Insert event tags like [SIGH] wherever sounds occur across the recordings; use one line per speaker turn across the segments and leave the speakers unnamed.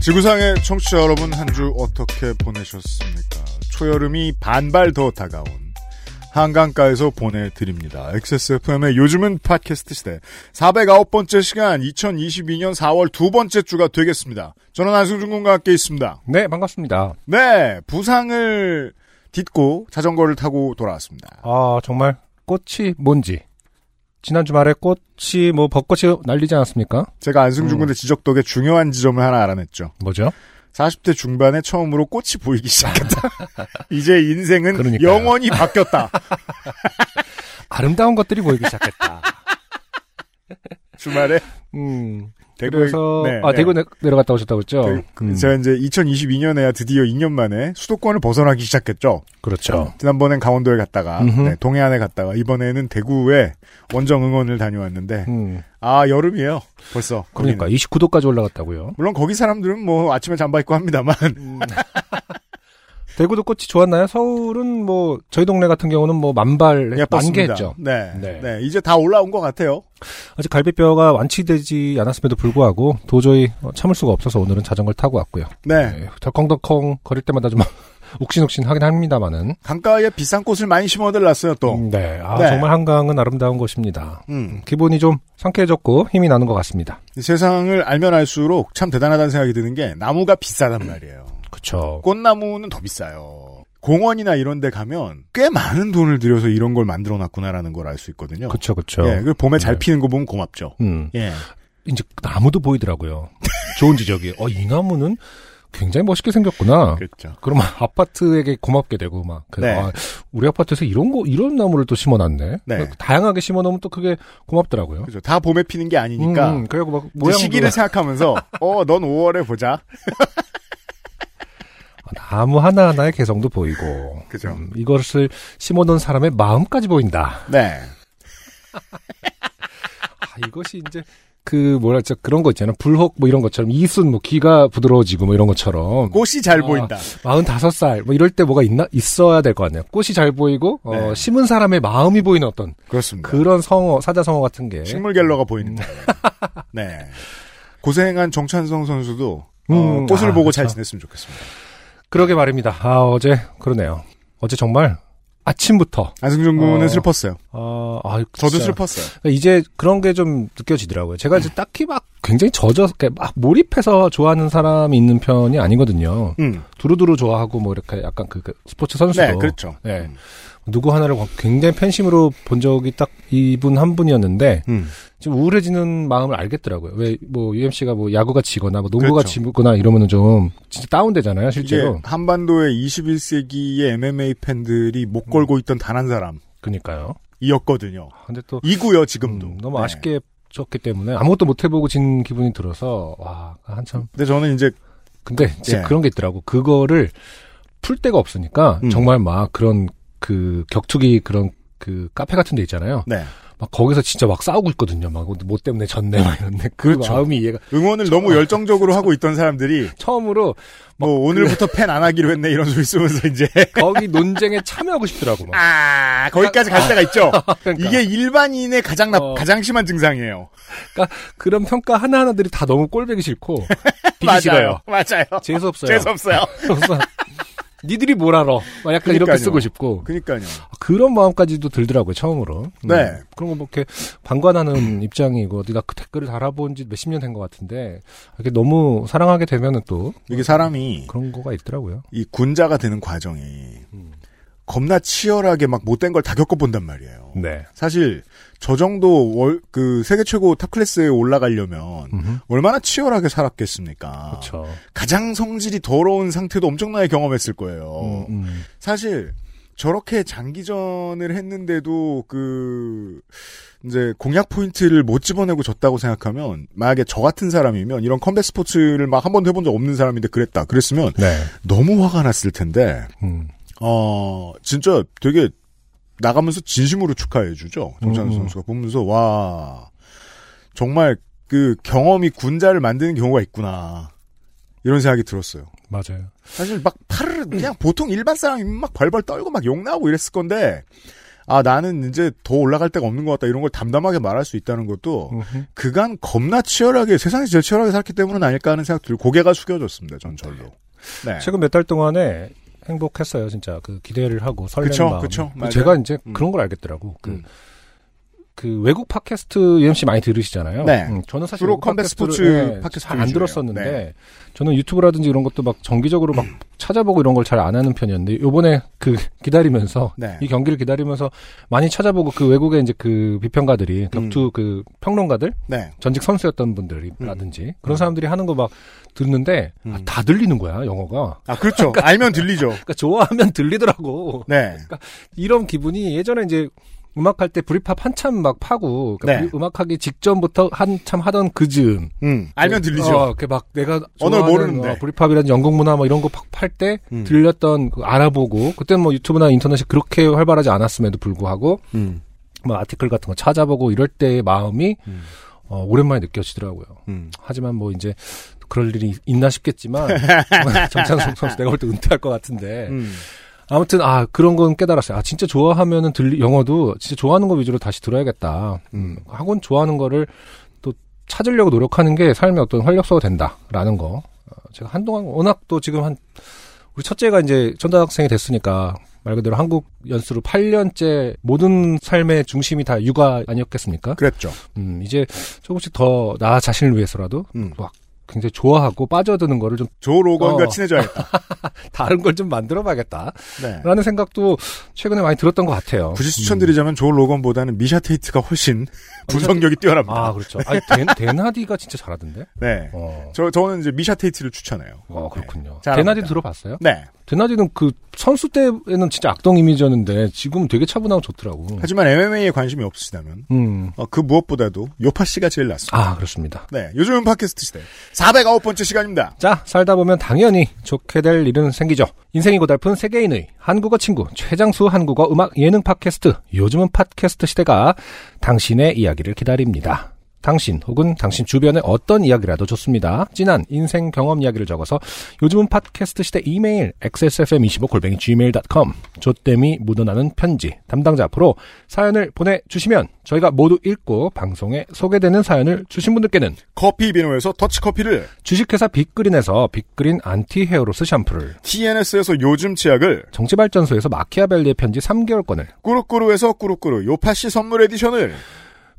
지구상의 청취자 여러분 한 주 어떻게 보내셨습니까? 초여름이 반발 더 다가온 한강가에서 보내드립니다. XSFM의 요즘은 팟캐스트 시대 409번째 시간 2022년 4월 두 번째 주가 되겠습니다. 저는 안승준 군과 함께 있습니다.
네, 반갑습니다.
네, 부상을 딛고 자전거를 타고 돌아왔습니다.
아, 정말 꽃이 뭔지. 지난 주말에 꽃이 뭐 벚꽃이 날리지 않았습니까?
제가 안승준
음.
군의 지적 덕에 중요한 지점을 하나 알아냈죠.
뭐죠?
40대 중반에 처음으로 꽃이 보이기 시작했다.
[LAUGHS]
이제 인생은
그러니까요.
영원히 바뀌었다.
[LAUGHS] 아름다운 것들이 보이기
[LAUGHS]
시작했다.
주말에
음.
대구에
그래서
네, 그,
아
네.
대구 내, 내려갔다 오셨다고 했죠?
대-
음,
제가 이제 2022년에야 드디어 2년 만에 수도권을 벗어나기 시작했죠.
그렇죠.
지난번엔 강원도에 갔다가
음흠.
네, 동해안에 갔다가 이번에는 대구에 원정 응원을 다녀왔는데
음.
아 여름이에요 벌써. 거기는.
그러니까 29도까지 올라갔다고요.
물론 거기 사람들은 뭐 아침에 잠바 입고 합니다만
[LAUGHS] 대구도 꽃이 좋았나요? 서울은 뭐 저희 동네 같은 경우는 뭐 만발
[LAUGHS] 예뻤습니다.
만개했죠.
네,
네.
네, 이제 다 올라온 것 같아요.
아직 갈비뼈가 완치되지 않았음에도 불구하고 도저히 어, 참을 수가 없어서 오늘은 자전거를 타고 왔고요.
네,
네, 덜컹덜컹 거릴 때마다 좀 [LAUGHS] 욱신욱신 하긴 합니다만은.
강가에 비싼 꽃을 많이 심어들놨어요 또. 음.
네, 아,
네.
정말 한강은 아름다운 곳입니다. 기분이 좀 상쾌해졌고 힘이 나는 것 같습니다.
이 세상을 알면 알수록 참 대단하다는 생각이 드는 게 나무가 비싸단 말이에요.
그쵸.
꽃나무는 더 비싸요. 공원이나 이런 데 가면 꽤 많은 돈을 들여서 이런 걸 만들어 놨구나라는 걸 알 수 있거든요.
그쵸, 그쵸.
예, 그 봄에 잘
네.
피는 거 보면 고맙죠.
음,
예.
이제 나무도 보이더라고요. 좋은 지적이. 어, 이 나무는 굉장히 멋있게 생겼구나.
그렇죠.
그럼 [LAUGHS] 아파트에게 고맙게 되고 막 그,
네.
아, 우리 아파트에서 이런 거 이런 나무를 또 심어놨네. 그러니까
네.
다양하게 심어놓으면 또 그게 고맙더라고요.
그죠. 그렇죠. 다 봄에 피는 게 아니니까.
음, 그래갖고 막
그러니까 이제
모양도
시기를 생각하면서 [LAUGHS] 어, 넌 5월에 보자.
나무 하나 하나의 개성도 보이고.
그죠.
음, 이것을 심어놓은 사람의 마음까지 보인다.
네.
아, 이것이 이제 그 뭐랄까 그런 거 있잖아. 불혹 뭐 이런 것처럼 이순 뭐 귀가 부드러워지고 뭐 이런 것처럼.
꽃이 잘
아.
보인다.
45살 뭐 이럴 때 뭐가 있나 있어야 될 거 아니야. 꽃이 잘 보이고 어,
네.
심은 사람의 마음이 보이는 어떤
그렇습니다. 네.
그런 성어 사자 성어 같은 게
식물 갤러가 보입니다. 네. 고생한 정찬성 선수도 어,
음, 아,
꽃을 보고
그렇죠.
잘 지냈으면 좋겠습니다.
그러게 말입니다. 아, 어제, 그러네요. 어제 정말 아침부터,
안승준 군은
어.
슬펐어요.
어, 아,
저도
진짜. 그러니까
슬펐어요.
이제 그런 게 좀 느껴지더라고요. 제가 이제 딱히 막 굉장히 젖어서, 이렇게 막 몰입해서 좋아하는 사람이 있는 편이 아니거든요.
음.
두루두루 좋아하고 뭐 이렇게 약간 그, 그 스포츠 선수도.
네, 그렇죠.
네.
음.
누구 하나를 굉장히 팬심으로 본 적이 딱 이분 한 분이었는데,
음.
좀 우울해지는 마음을 알겠더라고요. 왜, 뭐, UMC가 뭐 야구가 지거나, 뭐 농구가
그렇죠.
지거나 이러면은 좀 진짜 다운되잖아요, 실제로.
이게 한반도의 21세기의 MMA 팬들이 못 걸고 있던 단 한
그니까요.
사람이었거든요.
근데 또,
이고요 지금도.
음, 너무
네.
아쉽게 졌기 때문에 아무것도 못 해보고 진 기분이 들어서 와 한참
근데 저는 이제
근데 진짜
예.
그런 게 있더라고 그거를 풀 데가 없으니까
음.
정말 막 그런 그 격투기 그런 그 카페 같은 데 있잖아요
네.
막 거기서 진짜 막 싸우고 있거든요 막 뭐 때문에 졌네 막 이런데 그
그렇죠.
마음이 이해가
응원을 너무 열정적으로 하고 있던 사람들이
처음으로
뭐
그
오늘부터 팬 안 하기로 했네 이런 소리 쓰면서 이제
거기 논쟁에 참여하고 싶더라고 막
아 거기까지 갈 때가 있죠.
뭐. 그러니까
아, 이게 일반인의 가장 나
어.
가장 심한 증상이에요.
그런 평가 하나하나들이 다 너무 꼴보기 싫고
[LAUGHS] 맞아요.
[LAUGHS] 비기 싫어요
맞아요.
재수 없어요
재수
[LAUGHS]
없어요.
그래서 니들이 뭘 알아 막 약간 이렇게
그러니까요.
쓰고 싶고
그러니까요.
그런 마음까지도 들더라고요 처음으로.
네.
음, 그런 거 뭐 이렇게 [CLEARS THROAT] 방관하는 입장이고 어디다 그 댓글을 달아본 지 몇십 년 된 것 같은데 이렇게 너무 사랑하게 되면은 또
이게 사람이
그런 거가 있더라고요.
이 군자가 되는 과정이
음.
겁나 치열하게 막 못된 걸 다 겪어본단 말이에요.
네.
사실 저 정도 월, 그 세계 최고 탑 클래스에 올라가려면 얼마나 치열하게 살았겠습니까?
음. 그렇죠. 어.
가장 성질이 더러운 상태도 엄청나게 경험했을 거예요.
음, 음.
사실 저렇게 장기전을 했는데도 그 이제 공약 포인트를 못 집어내고 졌다고 생각하면 만약에 저 같은 사람이면 이런 컴백 스포츠를 막 한 번도 해본 적 없는 사람인데 그랬다 그랬으면
네.
너무 화가 났을 텐데
음.
어 진짜 되게 나가면서 진심으로 축하해 주죠 정찬우
음.
선수가 보면서 와 정말 그 경험이 군자를 만드는 경우가 있구나 이런 생각이 들었어요.
맞아요.
사실 막 팔을 그냥 보통 일반 사람이 막 벌벌 떨고 막 욕 나오고 이랬을 건데 아 나는 이제 더 올라갈 데가 없는 것 같다 이런 걸 담담하게 말할 수 있다는 것도
음흠.
그간 겁나 치열하게 세상에 제일 치열하게 살기 때문은 아닐까 하는 생각 들고 고개가 숙여졌습니다 전 절로 네
최근 몇 달 동안에 행복했어요, 진짜. 그 기대를 하고 설레는
그쵸,
마음.
그쵸, 맞아요.
제가 이제
음.
그런 걸 알겠더라고. 그,
음.
그 외국 팟캐스트 UMC 많이 들으시잖아요.
네.
음, 저는 사실
주로
외국
컴백
팟캐스트를,
스포츠
예,
팟캐스트
잘안
위주예요.
들었었는데
네. 음.
저는 유튜브라든지 이런 것도 막 정기적으로 막 찾아보고 이런 걸 잘 안 하는 편이었는데 요번에 그 [LAUGHS] 기다리면서
네.
이 경기를 기다리면서 많이 찾아보고 그 외국의 이제 그
음.
비평가들이 격투 그 평론가들
네.
전직 선수였던 분들이라든지 그런 사람들이 하는 거 막 듣는데 아,
음.
다 들리는 거야 영어가
아 그렇죠 알면 들리죠
그러니까 좋아하면 [LAUGHS] 들리더라고
네
이런 기분이 예전에 이제 음악 할 때 브리팝 한참 막 파고 그러니까
네.
그 음악하기 직전부터 한참 하던 그 즈음
음, 알면
어,
들리죠
이렇게 막 내가
언어를
좋아하는,
모르는데.
어, 브리팝이라든지 영국 문화 뭐 이런 거 팔 때
음.
들렸던 그 알아보고 그때 뭐 유튜브나 인터넷이 그렇게 활발하지 않았음에도 불구하고
음,
뭐 아티클 같은 거 찾아보고 이럴 때의 마음이
음.
어, 오랜만에 느껴지더라고요.
음.
하지만 뭐 이제 그럴 일이 있나
[LAUGHS]
싶겠지만 정찬성 선수 내가 볼 때 은퇴할 것 같은데
음.
아무튼 아 그런 건 깨달았어요. 아 진짜 좋아하면은 들리 영어도 진짜 좋아하는 거 위주로 다시 들어야겠다.
음.
학원 좋아하는 거를 또 찾으려고 노력하는 게 삶의 어떤 활력소가 된다라는 거. 어, 제가 한동안 워낙 또 지금 한 우리 첫째가 이제 초등학생이 됐으니까 말 그대로 한국 연수로 8년째 모든 삶의 중심이 다 육아 아니었겠습니까?
그랬죠
음, 이제 조금씩 더 나 자신을 위해서라도
음.
굉장히 좋아하고 빠져드는 거를 좀
조 로건과
어. [LAUGHS]
친해져야겠다
다른 걸 좀 만들어 봐야겠다.
네.
라는 생각도 최근에 많이 들었던 것 같아요.
굳이 추천드리자면 조 로건보다는 미샤 테이트가 훨씬 [LAUGHS] 분석력이 뛰어납니다
아, 그렇죠. 아니, 덴, 데나디가 진짜 잘하던데?
네
어,
저, 저는 이제 미샤 테이트를 추천해요.
어 그렇군요.
네. 잘합니다.
데나디 들어봤어요?
네.
데나디는 그 선수 때에는 진짜 악동 이미지였는데 지금 되게 차분하고 좋더라고.
하지만 MMA에 관심이 없으시다면,
음.
어, 그 무엇보다도 요파 씨가 제일 낫습니다.
아, 그렇습니다.
네. 요즘은 팟캐스트 시대. 409번째 시간입니다.
자, 살다 보면 당연히 좋게 될 일은 생기죠. 인생이 고달픈 세계인의 한국어 친구, 최장수 한국어 음악 예능 팟캐스트, 요즘은 팟캐스트 시대가 당신의 이야기를 기다립니다. 당신 혹은 당신 주변의 어떤 이야기라도 좋습니다. 진한 인생 경험 이야기를 적어서 요즘은 팟캐스트 시대 이메일 xsfm25-gmail.com 조땜이 묻어나는 편지 담당자 앞으로 사연을 보내주시면 저희가 모두 읽고 방송에 소개되는 사연을 주신 분들께는
커피 비누에서 더치커피를,
주식회사 빅그린에서 빅그린 안티 헤어로스 샴푸를,
TNS에서 요즘 치약을,
정치발전소에서 마키아벨리의 편지 3개월권을,
꾸루꾸루에서 꾸루꾸루 요파 씨 선물 에디션을,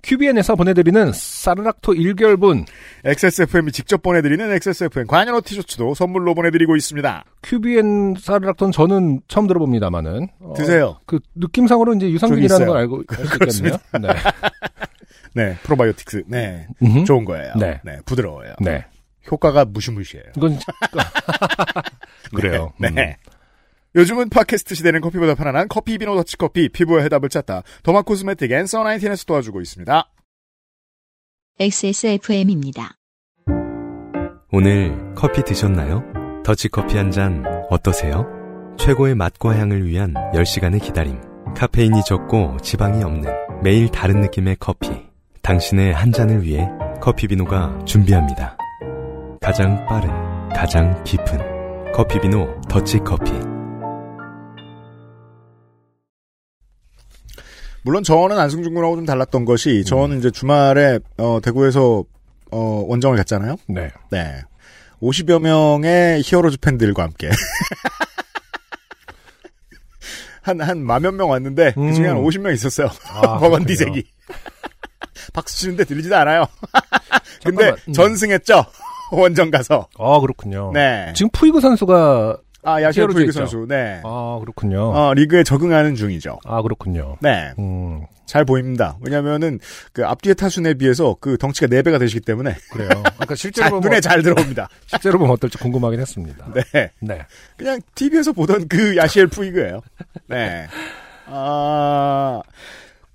QBN에서 보내드리는 사르락토 1개월분,
XSFM이 직접 보내드리는 XSFM 관여로 티셔츠도 선물로 보내드리고 있습니다.
QBN 사르락토는 저는 처음 들어봅니다만은. 어,
드세요.
그 느낌상으로 이제 유산균이라는
있어요.
걸 알고 알수 있겠네요. 네.
네. 프로바이오틱스. 네.
음흠.
좋은 거예요.
네.
부드러워요.
네.
효과가 무시무시해요.
이건
[LAUGHS]
그래요.
네.
음.
요즘은 팟캐스트 시대는 커피보다 편안한 커피 비노 더치커피 피부의 해답을 찾다 더마 코스메틱 앤서나이틴에서 도와주고 있습니다.
XSFM입니다.
오늘 커피 드셨나요? 더치커피 한 잔 어떠세요? 최고의 맛과 향을 위한 10시간의 기다림. 카페인이 적고 지방이 없는 매일 다른 느낌의 커피. 당신의 한 잔을 위해 커피비노가 준비합니다. 가장 빠른, 가장 깊은 커피비노 더치커피.
물론 저는 안승준 군하고 좀 달랐던 것이 저는 이제 주말에 어, 대구에서 어, 원정을 갔잖아요.
네.
네. 50여 명의 히어로즈 팬들과 함께 [LAUGHS] 한한 만몇 명 왔는데
음.
그중에 한 50명 있었어요.
아,
버건디색이 [LAUGHS] 박수 치는데 들리지도 않아요. [LAUGHS] 근데
잠깐만. 음.
전승했죠. [LAUGHS] 원정 가서.
아, 그렇군요.
네.
지금 푸이그 선수가
아, 야시엘
히어로즈
푸이그
있죠.
선수. 네.
아, 그렇군요.
어, 리그에 적응하는 중이죠.
아, 그렇군요.
네.
음.
잘 보입니다. 왜냐면은 그 앞뒤의 타순에 비해서 그 덩치가 4배가 되시기 때문에 [LAUGHS]
그래요. 아까 실제로 뭐
잘,
보면
눈에 잘 들어옵니다.
실제로 보면 어떨지 궁금하긴 했습니다.
네.
[LAUGHS] 네.
그냥 TV에서 보던 그 야시엘프 이거예요. 네. 아,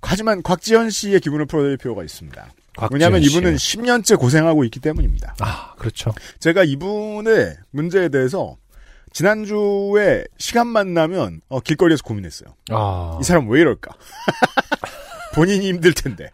하지만 곽지현 씨의 기분을 풀어드릴 필요가 있습니다. 왜냐하면
곽지연
이분은
씨.
10년째 고생하고 있기 때문입니다.
아 그렇죠.
제가 이분의 문제에 대해서 지난주에 시간만 나면 어, 길거리에서 고민했어요.
아
이 사람 왜 이럴까? [LAUGHS] 본인이 힘들 텐데.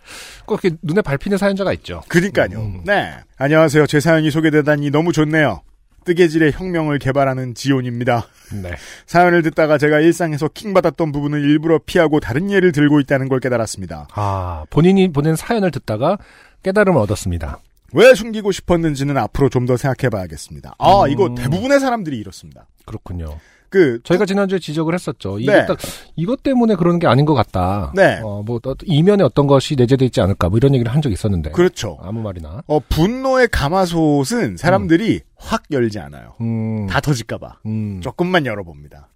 꼭 이렇게 눈에 밟히는 사연자가 있죠.
그니까요.
음.
네. 안녕하세요. 제 사연이 소개되다니 너무 좋네요. 뜨개질의 혁명을 개발하는 지온입니다.
네.
사연을 듣다가 제가 일상에서 킹받았던 부분을 일부러 피하고 다른 예를 들고 있다는 걸 깨달았습니다.
아 본인이 보낸 사연을 듣다가 깨달음을 얻었습니다.
왜 숨기고 싶었는지는 앞으로 좀 더 생각해 봐야겠습니다. 아,
음.
이거 대부분의 사람들이 이렇습니다.
그렇군요.
그,
저희가 지난주에 지적을 했었죠. 이것,
네.
딱- 이것 때문에 그런 게 아닌 것 같다.
네.
어, 뭐 어, 이면에 어떤 것이 내재되어 있지 않을까. 뭐 이런 얘기를 한 적이 있었는데.
그렇죠.
아무 말이나.
어, 분노의 가마솥은 사람들이 확 열지 않아요.
음.
다 터질까봐.
음.
조금만 열어봅니다.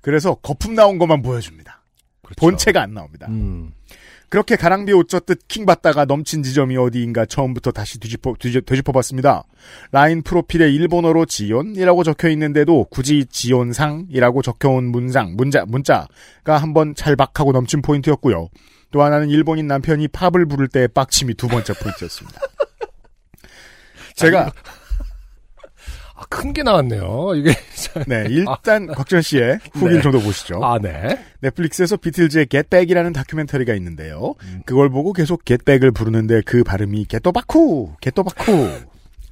그래서 거품 나온 것만 보여줍니다.
그렇죠.
본체가 안 나옵니다.
음.
그렇게 가랑비 옷 젖듯 킹받다가 넘친 지점이 어디인가 처음부터 다시 뒤집어, 봤습니다 라인 프로필에 일본어로 지온이라고 적혀 있는데도 굳이 지온상이라고 적혀온 문상, 문자, 문자가 한번 찰박하고 넘친 포인트였고요. 또 하나는 일본인 남편이 팝을 부를 때의 빡침이 두 번째 포인트였습니다. 제가,
아, 큰 게 나왔네요. 이게. [LAUGHS] 참-
네, 일단 곽지현 씨의 후기를
네.
좀 더 보시죠.
아, 네.
넷플릭스에서 비틀즈의 겟백이라는 다큐멘터리가 있는데요. 그걸 보고 계속 겟백을 부르는데 그 발음이 겟토바쿠, 겟토바쿠,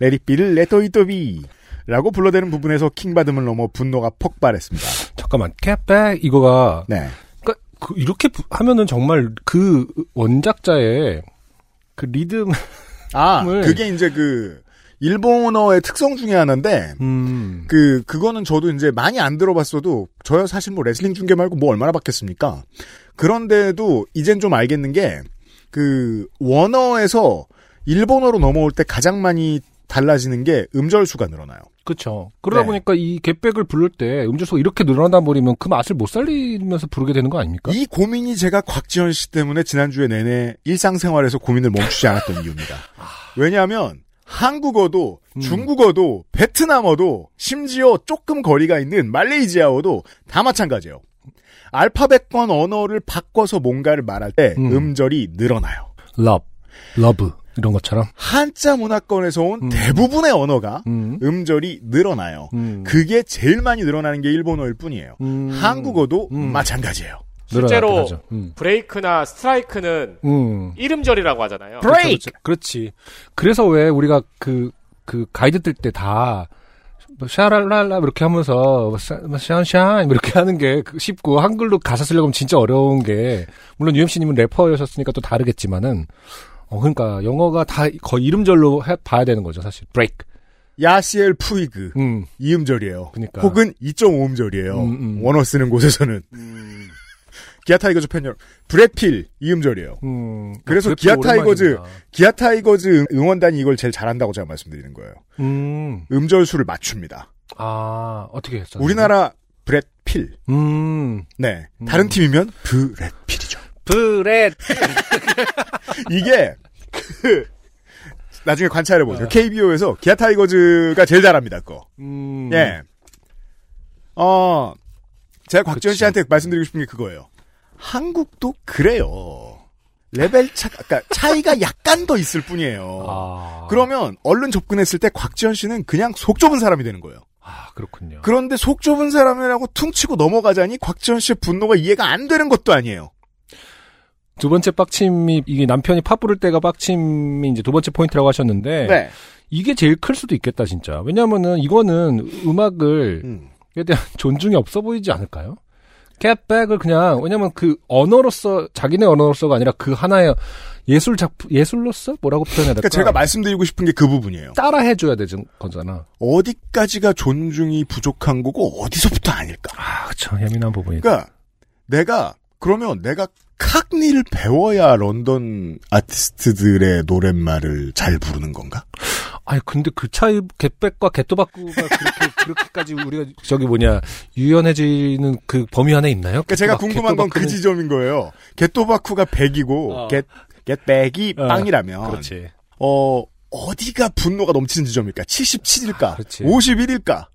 레리비를 레토이토비 라고 불러대는 부분에서 킹받음을 넘어 분노가 폭발했습니다.
잠깐만. 캣백 이거가
네.
그러니까 그 이렇게 부- 하면은 정말 그 원작자의 그 리듬
아,
네.
그게 이제 그 일본어의 특성 중에 하나인데
음.
그 그거는 저도 이제 많이 안 들어봤어도 저요 사실 뭐 레슬링 중계 말고 뭐 얼마나 봤겠습니까? 그런데도 이젠 좀 알겠는 게 그 원어에서 일본어로 넘어올 때 가장 많이 달라지는 게 음절 수가 늘어나요.
[LAUGHS] 그렇죠. 그러다
네.
보니까 이 갯백을 부를 때 음주수가 이렇게 늘어나다 버리면 그 맛을 못 살리면서 부르게 되는 거 아닙니까?
이 고민이 제가 곽지현 씨 때문에 지난주에 내내 일상생활에서 고민을 멈추지 않았던 이유입니다. 왜냐하면 한국어도
음.
중국어도 베트남어도 심지어 조금 거리가 있는 말레이시아어도 다 마찬가지예요. 알파벳권 언어를 바꿔서 뭔가를 말할 때
음.
음. 절이 늘어나요.
러브, 러브 이런 것처럼.
한자 문화권에서 온
음.
대부분의 언어가
음.
음절이 늘어나요.
음.
그게 제일 많이 늘어나는 게 일본어일 뿐이에요.
음.
한국어도
음.
마찬가지예요.
실제로-
늘어나긴 하죠. 음.
브레이크나 스트라이크는
음.
이름절이라고 하잖아요.
브레이크. 그렇지. 그래서 왜 우리가 그, 그 가이드 뜰 때 다뭐 샤랄랄라 이렇게 하면서 뭐 샤샤 이렇게 하는 게그 쉽고 한글로 가사 쓰려고 하면 진짜 어려운 게 물론 UMC 님은 래퍼였었으니까 또 다르겠지만은 어 그러니까 영어가 다 거의 이름절로 해- 봐야 되는 거죠, 사실. 브레이크.
야시엘 푸이그.
음.
이음절이에요.
그러니까.
혹은 2.5음절이에요.
음, 음.
원어 쓰는 곳에서는. 기아 타이거즈 팬 여러분. 브레필 이음절이에요.
음.
그래서
그
기아
래퍼 오랜만입니다.
타이거즈. 기아 타이거즈 응- 응원단이 이걸 제일 잘한다고 제가 말씀드리는 거예요.
음.
음절수를 맞춥니다.
아, 어떻게 했어?
우리나라 브레필.
음.
네. 다른 팀이면 브레필이죠.
브레
이게 그 나중에 관찰해 보세요. KBO에서 기아 타이거즈가 제일 잘합니다. 그거.
음.
예. 어, 제가 곽지현
그치.
씨한테 말씀드리고 싶은 게 그거예요. 한국도 그래요. 레벨 차, 그러니까
[LAUGHS]
차이가 약간 더 있을 뿐이에요.
아.
그러면 얼른 접근했을 때 곽지현 씨는 그냥 속 좁은 사람이 되는 거예요.
아, 그렇군요.
그런데 속 좁은 사람이라고 퉁치고 넘어가자니 곽지현 씨의 분노가 이해가 안 되는 것도 아니에요.
두 번째 빡침이 이게 남편이 파 부를 때가 빡침이 이제 두 번째 포인트라고 하셨는데
네.
이게 제일 클 수도 있겠다 진짜 왜냐면은 이거는 음악을
음.
에 대한 [LAUGHS] 존중이 없어 보이지 않을까요? 캣백을 그냥 왜냐면 그 언어로서 자기네 언어로서가 아니라 그 하나의 예술 작품 예술로서 뭐라고 표현해야 될까?
그러니까 제가 말씀드리고 싶은 게 그 부분이에요.
따라 해줘야 되는 거잖아.
어디까지가 존중이 부족한 거고 어디서부터 아닐까.
아, 그쵸 예민한 부분이.
그러니까 내가 그러면 내가 칵니를 배워야 런던 아티스트들의 노랫말을 잘 부르는 건가?
아니 근데 그 차이 갯백과 갯도박구가 그렇게 그렇게까지 우리가 저기 뭐냐 유연해지는 그 범위 안에 있나요?
그러니까 제가
갯도박-
궁금한 건 그
갯도박구는-
지점인 거예요. 겟토바쿠가 100이고
어.
겟 겟백이
어,
빵이라면
그렇지.
어 어디가 분노가 넘치는 지점일까? 77일까?
그렇지.
51일까?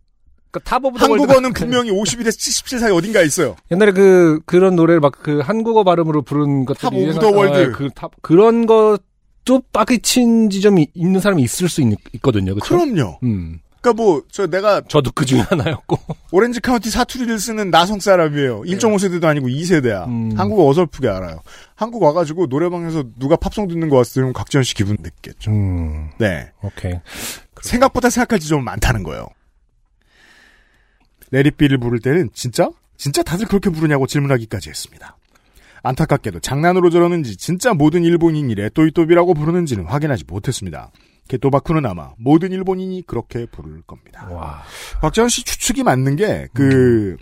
그러니까 탑 오브 더
한국어는
월드-
분명히 51에서 77 사이 어딘가 있어요.
옛날에 그 그런 노래를 막 그 한국어 발음으로 부른 것들이
탑 오브
유행하-
더 월드.
아, 그 탑, 그런 것도 빠그친 지점이 있는 사람이 있을 수 있, 거든요 그렇죠?
그럼요.
음.
그러니까 뭐 저 내가
저도 그 중에 하나였고.
오렌지 카운티 사투리를 쓰는 나성 사람이에요. 1.5세대도 아니고 2세대야.
음.
한국어 어설프게 알아요. 한국 와가지고 노래방에서 누가 팝송 듣는 것 같으면 각지현 씨 기분 느꼈죠.
음.
네.
오케이.
생각보다 생각할 지점이 많다는 거예요. 내리비를 부를 때는 진짜? 진짜 다들 그렇게 부르냐고 질문하기까지 했습니다. 안타깝게도 장난으로 저러는지 진짜 모든 일본인이 레또이또비라고 부르는지는 확인하지 못했습니다. 게토바쿠는 아마 모든 일본인이 그렇게 부를 겁니다.
와.
박재현 씨 추측이 맞는 게 그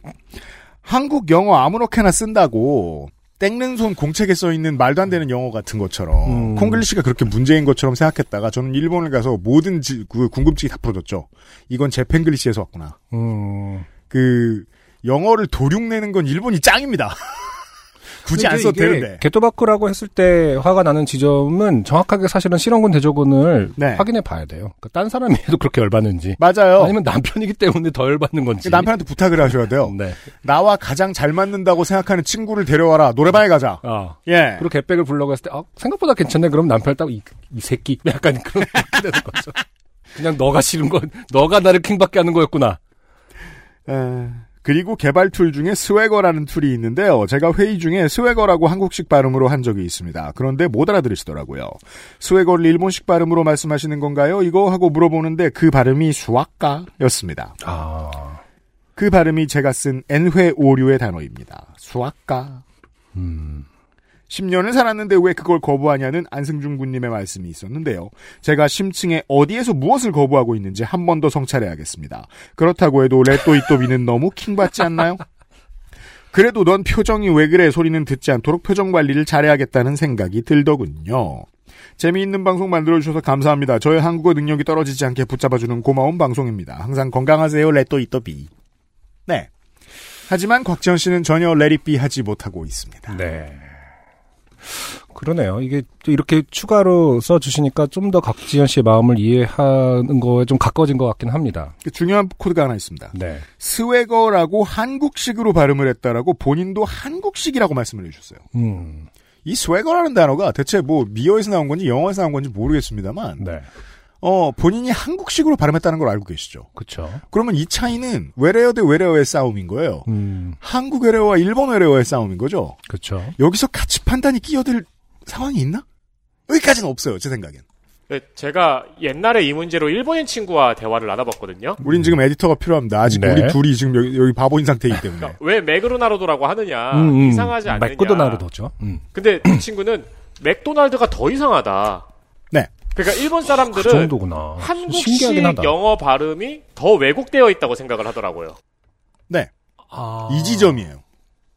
한국 영어 아무렇게나 쓴다고 땡는 손 공책에 써 있는 말도 안 되는 영어 같은 것처럼
음.
콩글리시가 그렇게 문제인 것처럼 생각했다가 저는 일본을 가서 모든 지- 그 궁금증이 다 풀어졌죠. 이건 제 팽글리시에서 왔구나.
음.
그 영어를 도륙내는 건 일본이 짱입니다. [LAUGHS] 굳이 안 써도 되는데.
개토바쿠라고 했을 때 화가 나는 지점은 정확하게 사실은 실험군 대조군을
네.
확인해 봐야 돼요. 그러니까 딴 사람이 해도 그렇게 열받는지.
맞아요. 그
아니면 남편이기 때문에 더 열받는 건지.
남편한테 부탁을 하셔야 돼요.
네.
나와 가장 잘 맞는다고 생각하는 친구를 데려와라. 노래방에 가자.
아.
예.
그리고 갯백을 불러고 했을 때, 아, 생각보다 괜찮네. 그럼 남편을 딱, 이, 이 새끼. [LAUGHS] 약간 그런, 그렇게 되는 거죠. 그냥 너가 싫은 건, 너가 나를 킹받게 하는 거였구나.
에, 예. 그리고 개발 툴 중에 스웨거라는 툴이 있는데요. 제가 회의 중에 스웨거라고 한국식 발음으로 한 적이 있습니다. 그런데 못 알아들으시더라고요. 스웨거를 일본식 발음으로 말씀하시는 건가요? 이거 하고 물어보는데 그 발음이 수학가였습니다.
아.
그 발음이 제가 쓴 N회 오류의 단어입니다. 수학가.
음.
10년을 살았는데 왜 그걸 거부하냐는 안승준 군님의 말씀이 있었는데요. 제가 심층에 어디에서 무엇을 거부하고 있는지 한 번 더 성찰해야겠습니다. 그렇다고 해도 레또이또비는 너무 킹받지 않나요? 그래도 넌 표정이 왜 그래 소리는 듣지 않도록 표정 관리를 잘해야겠다는 생각이 들더군요. 재미있는 방송 만들어주셔서 감사합니다. 저의 한국어 능력이 떨어지지 않게 붙잡아주는 고마운 방송입니다. 항상 건강하세요, 레또이또비. 네. 하지만 곽지현 씨는 전혀 레리비 하지 못하고 있습니다.
네. 그러네요. 이게 또 이렇게 추가로 써주시니까 좀 더 각지현 씨의 마음을 이해하는 거에 좀 가까워진 것 같긴 합니다.
그 중요한 코드가 하나 있습니다.
네.
스웨거라고 한국식으로 발음을 했다라고 본인도 한국식이라고 말씀을 해주셨어요.
음,
이 스웨거라는 단어가 대체 뭐 미어에서 나온 건지 영어에서 나온 건지 모르겠습니다만,
네.
어, 본인이 한국식으로 발음했다는 걸 알고 계시죠.
그쵸.
그러면 이 차이는 외래어 대 외래어의 싸움인 거예요.
음,
한국 외래어와 일본 외래어의 싸움인 거죠.
그쵸.
여기서 가치 판단이 끼어들 상황이 있나? 여기까지는 없어요, 제 생각엔.
네, 제가 옛날에 이 문제로 일본인 친구와 대화를 나눠봤거든요.
우린 지금 에디터가 필요합니다. 아직
네.
우리 둘이 지금 여기, 여기
[LAUGHS]
바보인 상태이기 때문에.
그러니까 왜 맥으로나로도라고 하느냐
음, 음.
아, 이상하지 않느냐.
맥도날드죠. 음.
근데 이 친구는 맥도날드가 더 이상하다.
네.
그러니까 일본
그
사람들은
정도구나. 신기하긴
한국식
하다.
영어 발음이 더 왜곡되어 있다고 생각을 하더라고요.
네.
아.
이 지점이에요.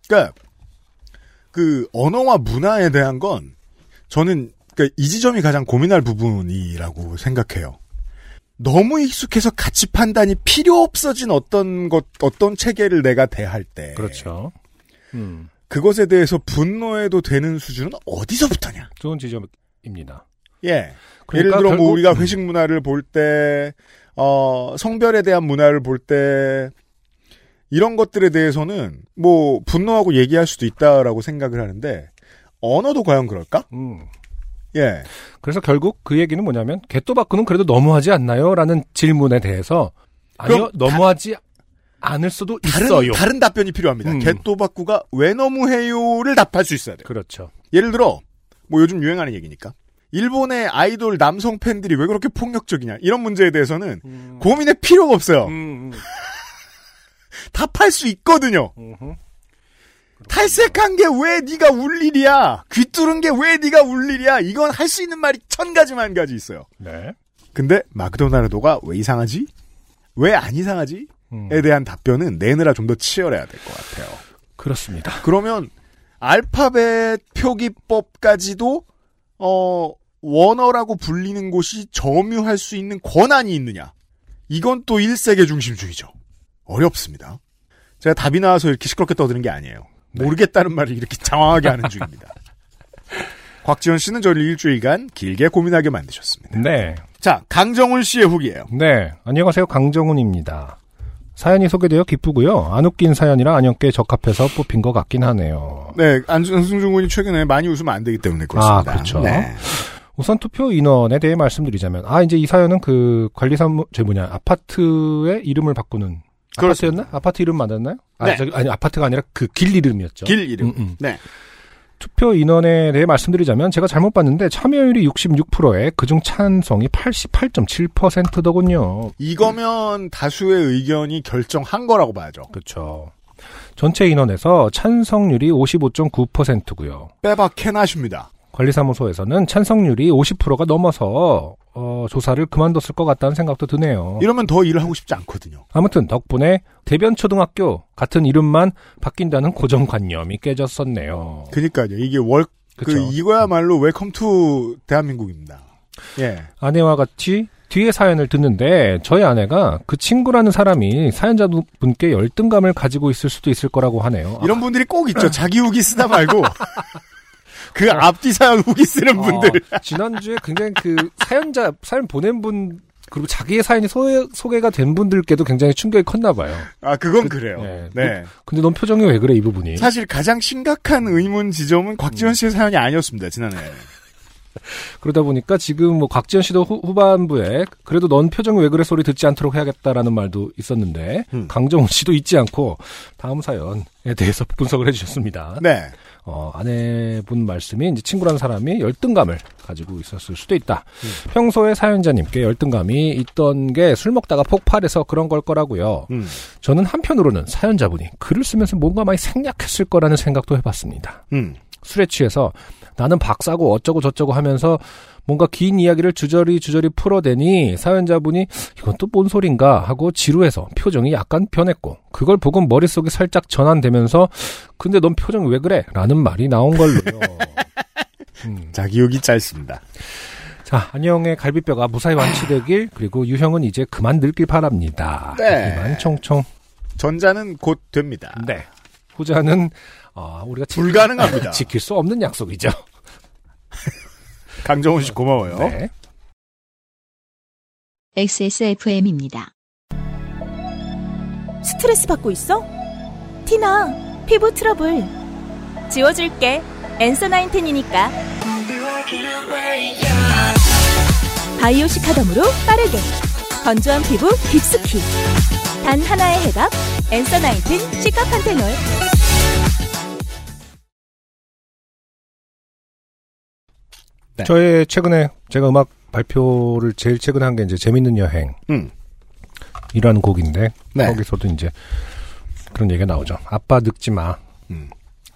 그러니까 그 언어와 문화에 대한 건 저는 그러니까 이 지점이 가장 고민할 부분이라고 생각해요. 너무 익숙해서 가치 판단이 필요 없어진 어떤 것 어떤 체계를 내가 대할 때
그렇죠. 음,
그것에 대해서 분노해도 되는 수준은 어디서부터냐?
좋은 지점입니다.
예.
그러니까
예를 들어 뭐
결국-
우리가 회식 문화를 볼 때, 어, 성별에 대한 문화를 볼 때, 이런 것들에 대해서는 뭐 분노하고 얘기할 수도 있다라고 생각을 하는데, 언어도 과연 그럴까?
음.
예.
그래서 결국 그 얘기는 뭐냐면, 개또바꾸는 그래도 너무하지 않나요? 라는 질문에 대해서, 아니요,
그럼
너무하지 않을 수도
다른,
있어요.
다른 답변이 필요합니다.
음.
개또바꾸가 왜 너무해요를 답할 수 있어야 돼요.
그렇죠.
예를 들어, 뭐 요즘 유행하는 얘기니까. 일본의 아이돌 남성 팬들이 왜 그렇게 폭력적이냐. 이런 문제에 대해서는 고민의 필요가 없어요.
음,
답할 수 있거든요.
음.
탈색한 게 왜 네가 울 일이야? 귀 뚫은 게 왜 네가 울 일이야? 이건 할 수 있는 말이 천 가지 만 가지 있어요.
네.
근데 마크도날드가 왜 이상하지? 왜 안 이상하지?
음.
에 대한 답변은 내느라 좀 더 치열해야 될 것 같아요.
그렇습니다.
그러면 알파벳 표기법까지도 어 원어라고 불리는 곳이 점유할 수 있는 권한이 있느냐. 이건 또 1세계 중심주의죠. 어렵습니다. 제가 답이 나와서 이렇게 시끄럽게 떠드는 게 아니에요. 모르겠다는 말을 이렇게 장황하게 하는 [LAUGHS] 중입니다. 곽지현 씨는 저를 일주일간 길게 고민하게 만드셨습니다.
네.
자, 강정훈 씨의 후기예요.
네. 안녕하세요. 강정훈입니다. 사연이 소개되어 기쁘고요. 안 웃긴 사연이라 안연께 적합해서 뽑힌 것 같긴 하네요.
네, 안수- 안승준 군이 최근에 많이 웃으면 안 되기 때문에 그렇습니다.
아, 그렇죠.
네.
우선 투표 인원에 대해 말씀드리자면, 아, 이제 이 사연은 그 관리사무, 제 뭐냐, 아파트의 이름을 바꾸는. 아파트였나? 아파트 이름 맞았나요? 아,
네.
저기, 아니, 아파트가 아니라 그 길 이름이었죠.
길 이름.
음, 음.
네.
투표 인원에 대해 말씀드리자면 제가 잘못 봤는데 참여율이 66%에 그중 찬성이 88.7%더군요.
이거면 다수의 의견이 결정한 거라고 봐야죠.
그렇죠. 전체 인원에서 찬성률이 55.9%고요.
빼박 해나십니다.
관리사무소에서는 찬성률이 50%가 넘어서 어, 조사를 그만뒀을 것 같다는 생각도 드네요.
이러면 더 일을 하고 싶지 않거든요.
아무튼 덕분에 대변초등학교 같은 이름만 바뀐다는 고정관념이 깨졌었네요.
그니까요. 그러니까 이게 월, 그,
그쵸.
이거야말로 웰컴 투 대한민국입니다. 예.
아내와 같이 뒤에 사연을 듣는데 저희 아내가 그 친구라는 사람이 사연자분께 열등감을 가지고 있을 수도 있을 거라고 하네요. 아,
이런 분들이 꼭 있죠. 자기 후기
[LAUGHS]
쓰다 말고. 그 앞뒤 사연 후기 쓰는 분들.
어, 지난주에 굉장히 그 사연자 사연 보낸 분 그리고 자기의 사연이 소, 소개가 된 분들께도 굉장히 충격이 컸나 봐요.
아, 그건 그, 래요
네.
네.
근데 넌 표정이 왜 그래 음. 이 부분이?
사실 가장 심각한 의문 지점은 곽지현 씨의 사연이 아니었습니다, 지난해.
그러다 보니까 지금 뭐 곽지연 씨도 후, 반부에 그래도 넌 표정이 왜 그래 소리 듣지 않도록 해야겠다라는 말도 있었는데
음.
강정훈 씨도 잊지 않고 다음 사연에 대해서 분석을 해주셨습니다.
네.
어, 아내분 말씀이 이제 친구라는 사람이 열등감을 가지고 있었을 수도 있다.
음.
평소에 사연자님께 열등감이 있던 게 술 먹다가 폭발해서 그런 걸 거라고요.
음.
저는 한편으로는 사연자분이 글을 쓰면서 뭔가 많이 생략했을 거라는 생각도 해봤습니다.
음.
술에 취해서 나는 박사고 어쩌고 저쩌고 하면서 뭔가 긴 이야기를 주저리 주저리 풀어대니 사연자분이 이건 또 뭔 소린가 하고 지루해서 표정이 약간 변했고 그걸 보고 머릿속이 살짝 전환되면서 근데 넌 표정 왜 그래? 라는 말이 나온
[LAUGHS]
걸로요. [LAUGHS] 음.
자기 후기 짧습니다.
자, 안영의 갈비뼈가 무사히 완치되길 그리고 유형은 이제 그만 늙길 바랍니다.
네.
이만 총총.
전자는 곧 됩니다.
네. 후자는 어, 우리가 지- [LAUGHS]
불가능합니다.
지킬 수 없는 약속이죠.
강정훈 씨 고마워요.
네.
XSFM입니다.
스트레스 받고 있어? 티나, 피부 트러블. 지워줄게. 엔서 나인텐이니까. 바이오식 하덤으로 빠르게. 건조한 피부 깊숙이. 단 하나의 해답. 엔서 나인텐 시카판테놀.
네.
저의 최근에 제가 음악 발표를 제일 최근에 한 게 이제 재밌는 여행.
음.
이라는 곡인데
네.
거기서도 이제 그런 얘기가 나오죠. 아빠 늙지 마.
음.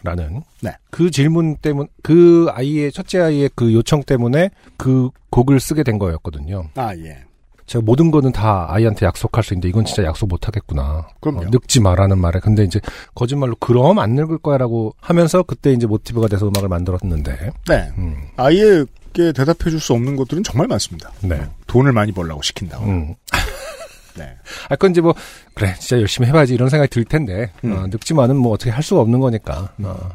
라는
네.
그 질문 때문 그 아이의 첫째 아이의 그 요청 때문에 그 곡을 쓰게 된 거였거든요.
아, 예.
제가 모든 거는 다 아이한테 약속할 수 있는데 이건 진짜 약속 못 하겠구나. 어,
그럼요.
늙지 마라는 말에 근데 이제 거짓말로 그럼 안 늙을 거야라고 하면서 그때 이제 모티브가 돼서 음악을 만들었는데
네.
음.
아이에게 대답해 줄 수 없는 것들은 정말 많습니다.
네.
돈을 많이 벌라고
[LAUGHS]
시킨다고.
음.
네.
아, 그건 이제 뭐, 그래, 진짜 열심히 해봐야지 이런 생각이 들 텐데,
음.
어, 늙지만은 뭐 어떻게 할 수가 없는 거니까, 어.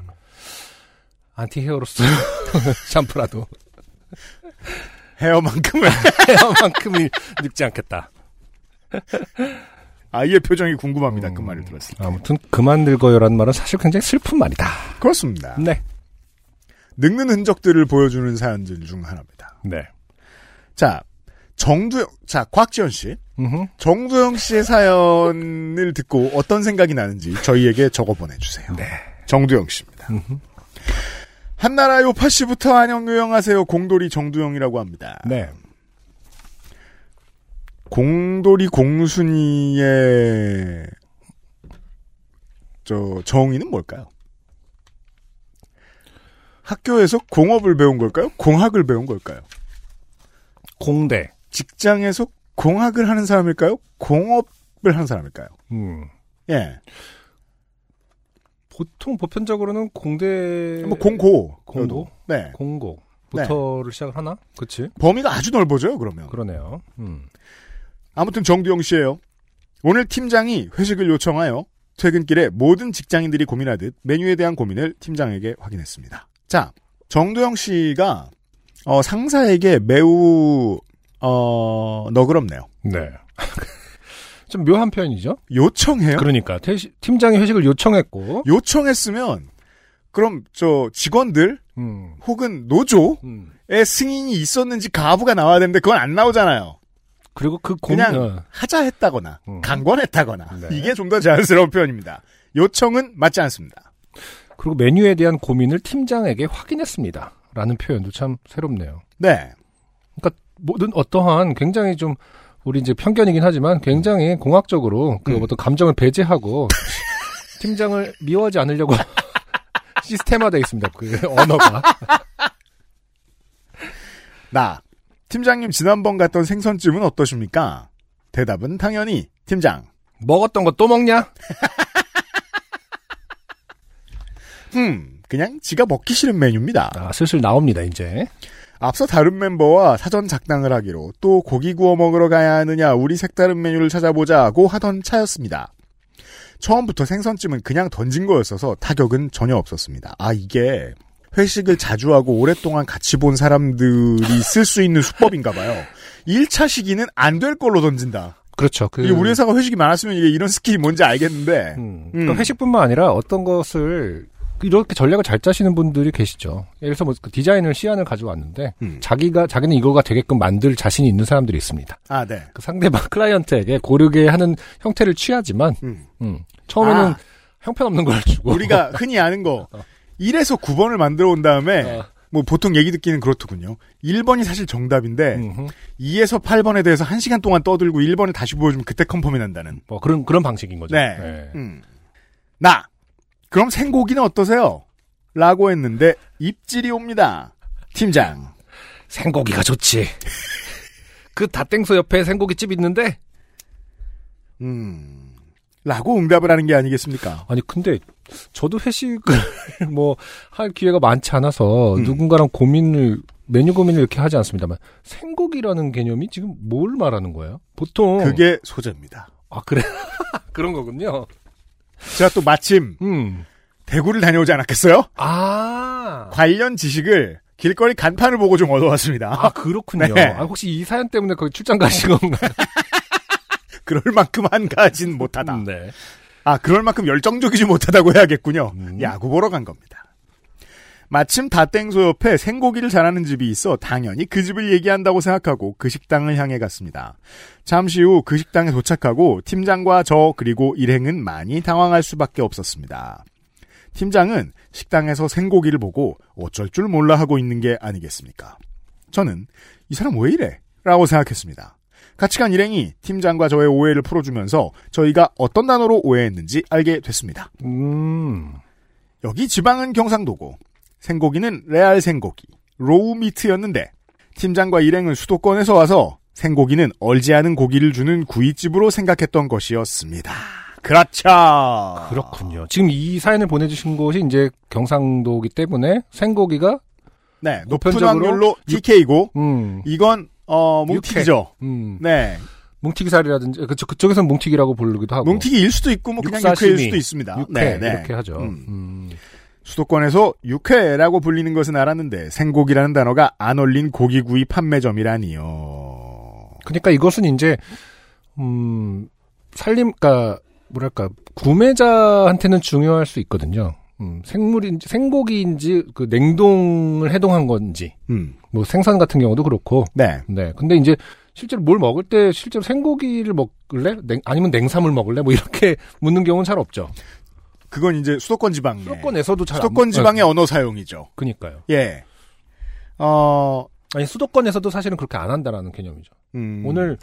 안티 헤어로스 [LAUGHS] 샴푸라도
헤어만큼은
헤어만큼이 늙지 않겠다.
[LAUGHS] 아이의 표정이 궁금합니다. 그 말을 들었을 때.
아무튼 그만 늙어요라는 말은 사실 굉장히 슬픈 말이다.
그렇습니다.
네.
늙는 흔적들을 보여주는 사연들 중 하나입니다.
네.
자, 정두영, 자, 곽지현 씨.
음흠.
정두영 씨의 사연을 듣고 어떤 생각이 나는지 저희에게 적어 보내주세요.
네.
정두영 씨입니다. 한나라 요파 씨부터 안녕 요영하세요. 공돌이 정두영이라고 합니다.
네.
공돌이 공순이의 저 정의는 뭘까요? 학교에서 공업을 배운 걸까요? 공학을 배운 걸까요?
공대.
직장에서 공학을 하는 사람일까요? 공업을 하는 사람일까요?
음.
예.
보통 보편적으로는 공대.
뭐 공고.
공고?
네.
공고. 부터를 시작을 하나? 그치?
범위가 아주 넓어져요, 그러면.
그러네요. 음.
아무튼 정두영 씨예요. 오늘 팀장이 회식을 요청하여 퇴근길에 모든 직장인들이 고민하듯 메뉴에 대한 고민을 팀장에게 확인했습니다. 자, 정두영 씨가 어, 상사에게 매우 어, 너그럽네요.
네. [LAUGHS] 좀 묘한 표현이죠?
요청해요?
그러니까 퇴시- 팀장이 회식을 요청했고
요청했으면 그럼 저 직원들
음,
혹은 노조의
음.
승인이 있었는지 가부가 나와야 되는데 그건 안 나오잖아요.
그리고 그 고민
그냥
어,
하자 했다거나
음.
강권했다거나
네.
이게 좀 더 자연스러운 표현입니다. 요청은 맞지 않습니다.
그리고 메뉴에 대한 고민을 팀장에게 확인했습니다. 라는 표현도 참 새롭네요.
네.
그러니까 모든 어떠한 굉장히 좀 우리 이제 편견이긴 하지만 굉장히 공학적으로 그
음.
어떤 감정을 배제하고 [LAUGHS] 팀장을 미워하지 않으려고 [LAUGHS] 시스템화되어 있습니다. 그 언어가.
나. 팀장님 지난번 갔던 생선찜은 어떠십니까? 대답은 당연히 팀장.
먹었던 거 또 먹냐?
흠. 음, 그냥 지가 먹기 싫은 메뉴입니다.
아, 슬슬 나옵니다, 이제.
앞서 다른 멤버와 사전 작당을 하기로 또 고기 구워 먹으러 가야 하느냐 우리 색다른 메뉴를 찾아보자고 하던 차였습니다. 처음부터 생선찜은 그냥 던진 거였어서 타격은 전혀 없었습니다. 아 이게 회식을 자주 하고 오랫동안 같이 본 사람들이 쓸 수 있는 수법인가 봐요. 1차 시기는 안 될 걸로 던진다.
그렇죠. 그
이게 우리 회사가 회식이 많았으면 이게 이런 스킬이 뭔지 알겠는데
음. 그러니까
음.
회식뿐만 아니라 어떤 것을 이렇게 전략을 잘 짜시는 분들이 계시죠. 예를 들어서 뭐그 디자인을 시안을 가져왔는데
음.
자기가 자기는 이거가 되게끔 만들 자신이 있는 사람들이 있습니다.
아 네.
그 상대방 [LAUGHS] 클라이언트에게 고르게 하는 형태를 취하지만
음.
음, 처음에는
아.
형편없는 걸 주고
우리가 흔히 아는 거 1에서 9번을 만들어 온 다음에
어.
뭐 보통 얘기 듣기는 그렇더군요. 1번이 사실 정답인데
[LAUGHS] 음흠.
2에서 8번에 대해서 1시간 동안 떠들고 1번을 다시 보여주면 그때 컨펌이 난다는.
뭐 그런 그런 방식인 거죠.
네.
네.
음. 나! 그럼 생고기는 어떠세요? 라고 했는데 입질이 옵니다. 팀장.
생고기가 좋지. [LAUGHS] 그 다땡소 옆에 생고기 집 있는데
음. 라고 응답을 하는 게 아니겠습니까?
아니 근데 저도 회식을 [LAUGHS] 뭐 할 기회가 많지 않아서
음.
누군가랑 고민을 메뉴 고민을 이렇게 하지 않습니다만 생고기라는 개념이 지금 뭘 말하는 거예요? 보통
그게 소재입니다.
아 그래 [LAUGHS] 그런 거군요.
제가 또 마침
음.
대구를 다녀오지 않았겠어요?
아.
관련 지식을 길거리 간판을 보고 좀 얻어왔습니다.
아 그렇군요.
네.
아, 혹시 이 사연 때문에 거기 출장 가신 건가요?
[LAUGHS] 그럴 만큼 한가진 못하다.
네.
아, 그럴 만큼 열정적이지 못하다고 해야겠군요.
음.
야구 보러 간 겁니다. 마침 다땡소 옆에 생고기를 잘하는 집이 있어 당연히 그 집을 얘기한다고 생각하고 그 식당을 향해 갔습니다. 잠시 후 그 식당에 도착하고 팀장과 저 그리고 일행은 많이 당황할 수밖에 없었습니다. 팀장은 식당에서 생고기를 보고 어쩔 줄 몰라 하고 있는 게 아니겠습니까? 저는 이 사람 왜 이래? 라고 생각했습니다. 같이 간 일행이 팀장과 저의 오해를 풀어주면서 저희가 어떤 단어로 오해했는지 알게 됐습니다.
음.
여기 지방은 경상도고 생고기는 레알 생고기, 로우 미트였는데 팀장과 일행은 수도권에서 와서 생고기는 얼지 않은 고기를 주는 구이집으로 생각했던 것이었습니다. 그렇죠.
그렇군요. 지금 이 사연을 보내주신 곳이 이제 경상도기 때문에 생고기가
네, 높은
보편적으로
확률로 TK고
음,
이건 어 뭉티기죠.
음,
네,
뭉튀기살이라든지 그쪽 그쪽에서 뭉튀기라고 부르기도 하고
뭉티기일 수도 있고 뭐 그냥
육사시미,
육회일 수도 있습니다.
육회
네, 네.
이렇게 하죠.
음.
음.
수도권에서 육회라고 불리는 것은 알았는데 생고기라는 단어가 안 올린 고기구이 판매점이라니요.
그러니까 이것은 이제 음, 살림, 그러니까 뭐랄까 구매자한테는 중요할 수 있거든요. 음, 생물인지 생고기인지 그 냉동을 해동한 건지
음,
뭐 생선 같은 경우도 그렇고
네.
네. 근데 이제 실제로 뭘 먹을 때 실제로 생고기를 먹을래? 냉- 아니면 냉삼을 먹을래? 뭐 이렇게 [LAUGHS] 묻는 경우는 잘 없죠.
그건 이제 수도권 지방.
수도권에서도 잘
네. 수도권
안,
지방의
아,
언어 사용이죠.
그니까요.
예. 어,
아니 수도권에서도 사실은 그렇게 안 한다라는 개념이죠.
음.
오늘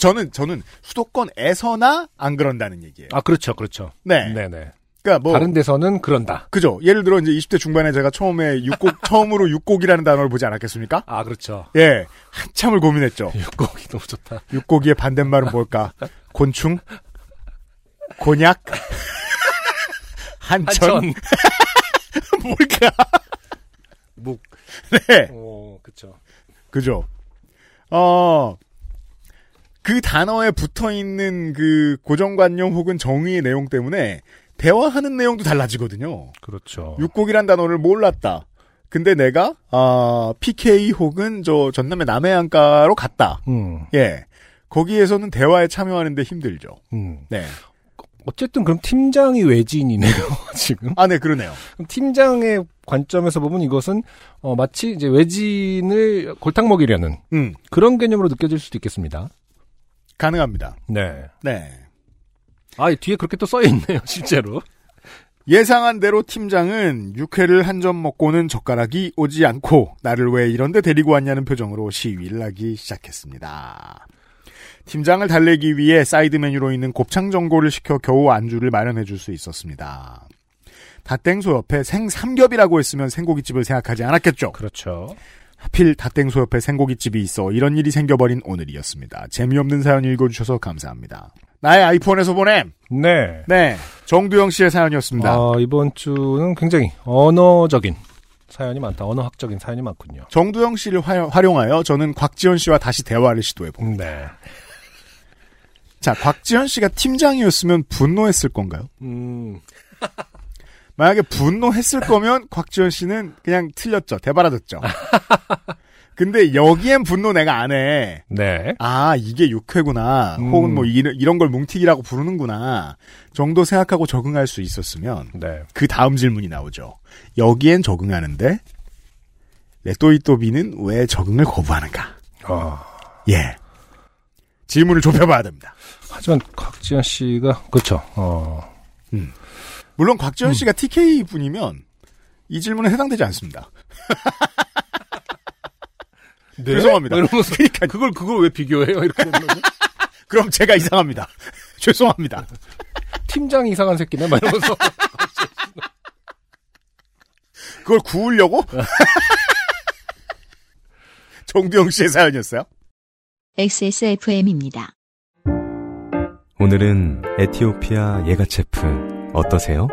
저는 저는 수도권에서나 안 그런다는 얘기예요.
아 그렇죠, 그렇죠.
네.
네,
그러니까 뭐
다른 데서는 그런다.
그죠. 예를 들어 이제 20대 중반에 제가 처음에 육곡 [LAUGHS] 처음으로 육곡이라는 단어를 보지 않았겠습니까?
아 그렇죠.
예. 한참을 고민했죠.
[LAUGHS] 육고기 너무 좋다.
육고기의 반대말은 뭘까? 곤충? 곤약? 한천? [LAUGHS] 뭘까?
묵.
네.
어.
그죠? 어, 그 단어에 붙어 있는 그 고정관념 혹은 정의의 내용 때문에 대화하는 내용도 달라지거든요.
그렇죠.
육곡이란 단어를 몰랐다. 근데 내가 아 PK 혹은 저 전남의 남해안가로 갔다.
음,
예. 거기에서는 대화에 참여하는데 힘들죠.
음.
네.
어쨌든 그럼 팀장이 외지인이네요, [LAUGHS] 지금.
아, 네, 그러네요.
그럼 팀장의 관점에서 보면 이것은 어, 마치 이제 외지인을 골탕 먹이려는
음,
그런 개념으로 느껴질 수도 있겠습니다.
가능합니다.
네.
네.
아, 이 뒤에 그렇게 또 써있네요, [LAUGHS] 실제로.
예상한 대로 팀장은 육회를 한 점 먹고는 젓가락이 오지 않고 나를 왜 이런데 데리고 왔냐는 표정으로 시위를 하기 시작했습니다. 팀장을 달래기 위해 사이드 메뉴로 있는 곱창 전골을 시켜 겨우 안주를 마련해 줄 수 있었습니다. 닷땡소 옆에 생삼겹이라고 했으면 생고깃집을 생각하지 않았겠죠.
그렇죠.
하필 닷땡소 옆에 생고깃집이 있어 이런 일이 생겨버린 오늘이었습니다. 재미없는 사연 읽어주셔서 감사합니다. 나의 아이폰에서 보냄!
네.
네. 정두영 씨의 사연이었습니다.
아, 이번 주는 굉장히 언어적인 사연이 많다. 언어학적인 사연이 많군요.
정두영 씨를 화- 활용하여 저는 곽지현 씨와 다시 대화를 시도해봅니다.
네.
자, 곽지현 씨가 팀장이었으면 분노했을 건가요?
음,
만약에 분노했을 거면 곽지현 씨는 그냥 틀렸죠.
[LAUGHS]
대바라졌죠. 근데 여기엔 분노 내가 안 해.
네.
아, 이게 육회구나.
음.
혹은 뭐 이런, 이런 걸 뭉티기라고 부르는구나. 정도 생각하고 적응할 수 있었으면
네.
그 다음 질문이 나오죠. 여기엔 적응하는데 레토이토비는 왜 적응을 거부하는가?
아,
예. 질문을 좁혀봐야 됩니다.
하지만 곽지현 씨가, 그렇죠. 어,
물론 곽지현 씨가 TK 분이면 이 질문에 해당되지 [LAUGHS] 않습니다. 네? 죄송합니다.
이러면서 그러니까 그걸 그걸 왜 비교해요? 이렇게 되면
그럼 제가 이상합니다. [LAUGHS] 죄송합니다.
그 팀장 이상한 새끼네 막 [LAUGHS] 이러면서
그걸 구우려고? [LAUGHS] 정두영 씨의 사연이었어요.
XSFM입니다.
오늘은 에티오피아 예가체프 어떠세요?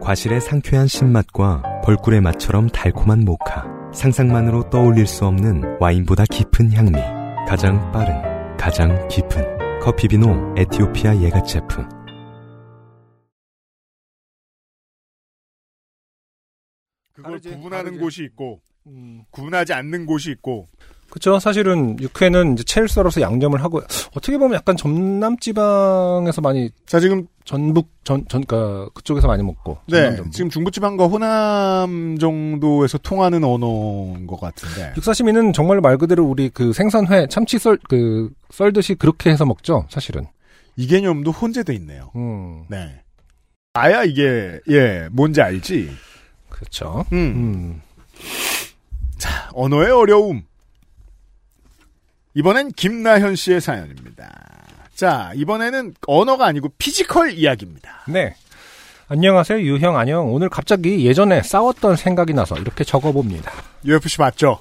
과실의 상쾌한 신맛과 벌꿀의 맛처럼 달콤한 모카. 상상만으로 떠올릴 수 없는 와인보다 깊은 향미. 가장 빠른, 가장 깊은 커피비노 에티오피아 예가체프.
그걸
다르지,
구분하는
다르지.
곳이 있고 구분하지 않는 곳이 있고
음. 그렇죠. 사실은 육회는 이제 채를 썰어서 양념을 하고 어떻게 보면 약간 전남 지방에서 많이
자 지금
전북 전 전가 그쪽에서 많이 먹고
네
전남, 전북.
지금 중부지방과 호남 정도에서 통하는 언어인 것 같은데
육사시미는 정말 말 그대로 우리 그 생선회 참치 썰 그 썰듯이 그렇게 해서 먹죠. 사실은.
이 개념도 혼재돼 있네요.
음.
네. 아야 이게 예 뭔지 알지.
그렇죠.
음.
음.
언어의 어려움. 이번엔 김나현 씨의 사연입니다. 자, 이번에는 언어가 아니고 피지컬 이야기입니다.
네. 안녕하세요. 유형 안녕. 오늘 갑자기 예전에 싸웠던 생각이 나서 이렇게 적어 봅니다.
UFC 맞죠?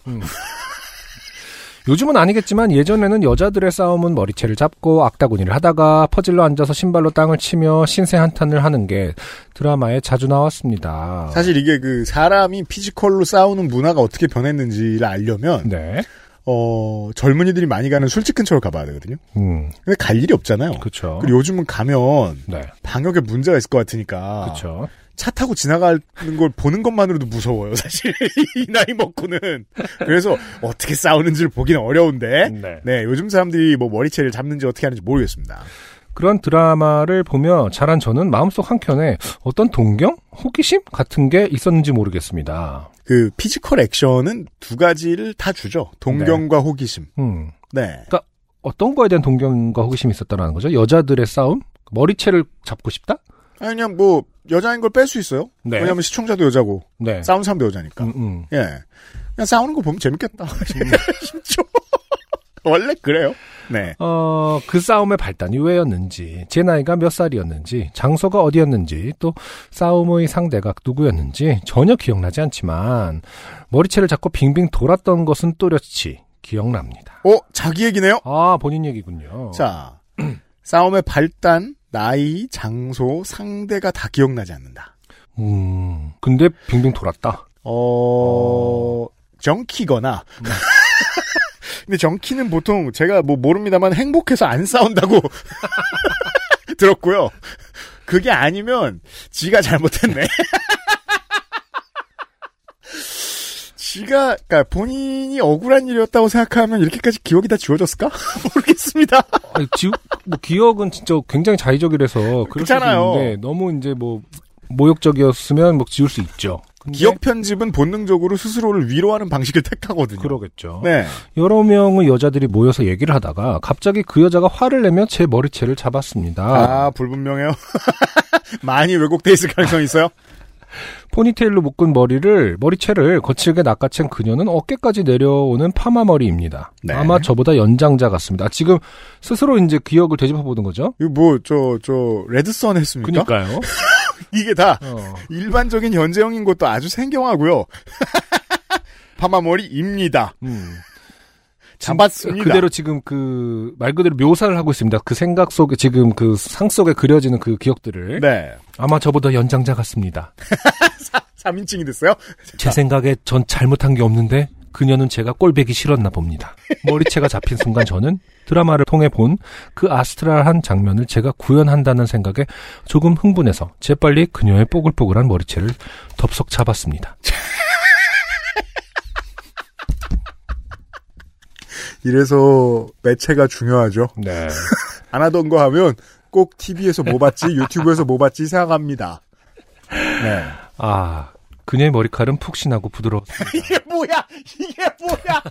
요즘은 아니겠지만 예전에는 여자들의 싸움은 머리채를 잡고 악다구니를 하다가 퍼질러 앉아서 신발로 땅을 치며 신세 한탄을 하는 게 드라마에 자주 나왔습니다.
사실 이게 그 사람이 피지컬로 싸우는 문화가 어떻게 변했는지를 알려면,
네.
어, 젊은이들이 많이 가는 술집 근처로 가봐야 되거든요.
음.
근데 갈 일이 없잖아요.
그렇죠.
그리고 요즘은 가면
네.
방역에 문제가 있을 것 같으니까.
그렇죠.
차 타고 지나가는 걸 보는 것만으로도 무서워요, 사실. [LAUGHS] 이 나이 먹고는. 그래서 어떻게 싸우는지를 보기는 어려운데.
네.
네, 요즘 사람들이 뭐 머리채를 잡는지 어떻게 하는지 모르겠습니다.
그런 드라마를 보며 자란 저는 마음속 한켠에 어떤 동경, 호기심 같은 게 있었는지 모르겠습니다.
그 피지컬 액션은 두 가지를 다 주죠. 동경과 호기심.
음.
네.
어떤 거에 대한 동경과 호기심이 있었다라는 거죠? 여자들의 싸움? 머리채를 잡고 싶다?
아니 그냥 뭐 여자인 걸 뺄 수 있어요.
네.
왜냐하면 시청자도 여자고
네.
싸우는 사람도 여자니까.
음, 음.
예. 그냥 싸우는 거 보면 재밌겠다. [LAUGHS] 진짜. 원래 그래요. 네.
어, 그 싸움의 발단이 왜였는지, 제 나이가 몇 살이었는지, 장소가 어디였는지, 또 싸움의 상대가 누구였는지 전혀 기억나지 않지만, 머리채를 잡고 빙빙 돌았던 것은 또렷이 기억납니다.
어 자기 얘기네요.
아, 본인 얘기군요.
자, 싸움의 발단, 나이, 장소, 상대가 다 기억나지 않는다.
음, 근데 빙빙 돌았다.
어, 정키거나, [LAUGHS] 근데 정키는 보통 제가 뭐 모릅니다만 행복해서 안 싸운다고 [LAUGHS] 들었고요. 그게 아니면 지가 잘못했네. [LAUGHS] 지가 그러니까 본인이 억울한 일이었다고 생각하면 이렇게까지 기억이 다 지워졌을까? [LAUGHS] 모르겠습니다.
아니, 지, 뭐 기억은 진짜 굉장히 자의적이라서 그럴 수도
그렇잖아요.
있는데 너무 이제 뭐 모욕적이었으면 뭐 지울 수 있죠. 근데
네. 기억 편집은 본능적으로 스스로를 위로하는 방식을 택하거든요.
그러겠죠.
네.
여러 명의 여자들이 모여서 얘기를 하다가 갑자기 그 여자가 화를 내며 제 머리채를 잡았습니다.
아, 불분명해요. [LAUGHS] 많이 왜곡돼 있을 가능성이 있어요?
포니테일로 묶은 머리를 머리채를 거칠게 낚아챈 그녀는 어깨까지 내려오는 파마 머리입니다.
네.
아마 저보다 연장자 같습니다. 아, 지금 스스로 이제 기억을 되짚어 보는 거죠?
이거 뭐, 저, 저, 레드선 했습니까?
그니까요.
이게 다
어.
일반적인 현재형인 것도 아주 생경하고요. [LAUGHS] 파마머리입니다.
음. [LAUGHS]
잡았습니다.
그대로 지금 그 말 그대로 묘사를 하고 있습니다. 그 생각 속에 지금 그 상 속에 그려지는 그 기억들을
네.
아마 저보다 연장자 같습니다.
3인칭이 됐어요?
제 생각에 전 잘못한 게 없는데 그녀는 제가 꼴배기 싫었나 봅니다. 머리채가 잡힌 순간 저는 드라마를 통해 본 그 아스트랄한 장면을 제가 구현한다는 생각에 조금 흥분해서 재빨리 그녀의 뽀글뽀글한 머리채를 덥석 잡았습니다.
이래서 매체가 중요하죠.
네.
안 하던 거 하면 꼭 TV에서 뭐 봤지, [LAUGHS] 유튜브에서 뭐 봤지 생각합니다. 네.
아, 그녀의 머리칼은 푹신하고 부드러웠습니다.
이게 뭐야! 이게 뭐야!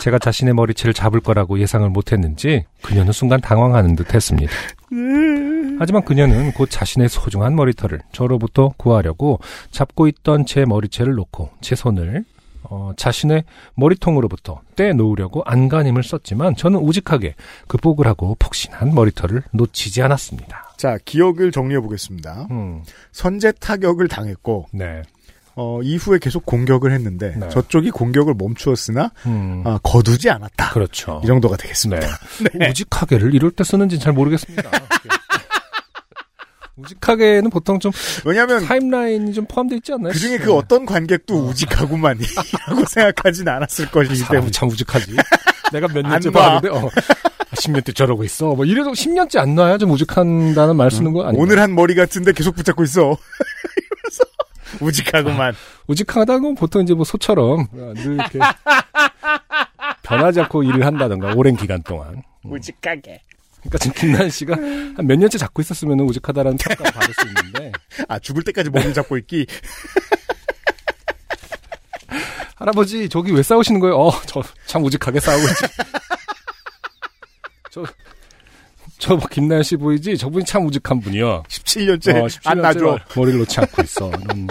제가 자신의 머리채를 잡을 거라고 예상을 못했는지 그녀는 순간 당황하는 듯 했습니다. 하지만 그녀는 곧 자신의 소중한 머리털을 저로부터 구하려고 잡고 있던 제 머리채를 놓고 제 손을 어, 자신의 머리통으로부터 떼놓으려고 안간힘을 썼지만 저는 우직하게 그 뽀글하고 폭신한 머리털을 놓치지 않았습니다.
자, 기억을 정리해 보겠습니다.
음,
선제 타격을 당했고,
네.
어, 이후에 계속 공격을 했는데,
네.
저쪽이 공격을 멈추었으나,
음,
아, 거두지 않았다.
그렇죠.
이 정도가 되겠습니다.
네. 우직하게를 이럴 때 쓰는지는 잘 모르겠습니다. 우직하게는 보통 좀
[LAUGHS] 왜냐면,
타임라인이 좀 포함되어 있지 않나요?
그 중에 그 어떤 관객도 우직하구만이라고 [LAUGHS] 생각하진 않았을 것이기 때문에.
그 사람 참
[LAUGHS]
우직하지. 내가 몇
안
년째
봐.
봤는데, 어, 10년째 저러고 있어. 뭐 이래도 10년째 안 놔야 좀 우직한다는 말 쓰는 거 아니에요?
오늘 한 머리 같은데 계속 붙잡고 있어. [LAUGHS] 이러면서 우직하구만.
아, 우직하다는 건 보통 이제 뭐 소처럼 늘 이렇게 변하지 않고 일을 한다던가 오랜 기간 동안.
우직하게.
그러니까 지금 김난 씨가 한 몇 년째 잡고 있었으면 우직하다라는 평가를 받을 수 있는데
아, 죽을 때까지 몸을 잡고 있기. [LAUGHS]
할아버지 저기 왜 싸우시는 거예요? 어, 저 참 우직하게 싸우고 있지. [LAUGHS] 저, 저 김난 씨 보이지? 저분이 참 우직한 분이요.
17년째
어,
안
17년째
놔줘.
머리를 놓지 않고 있어. 이런.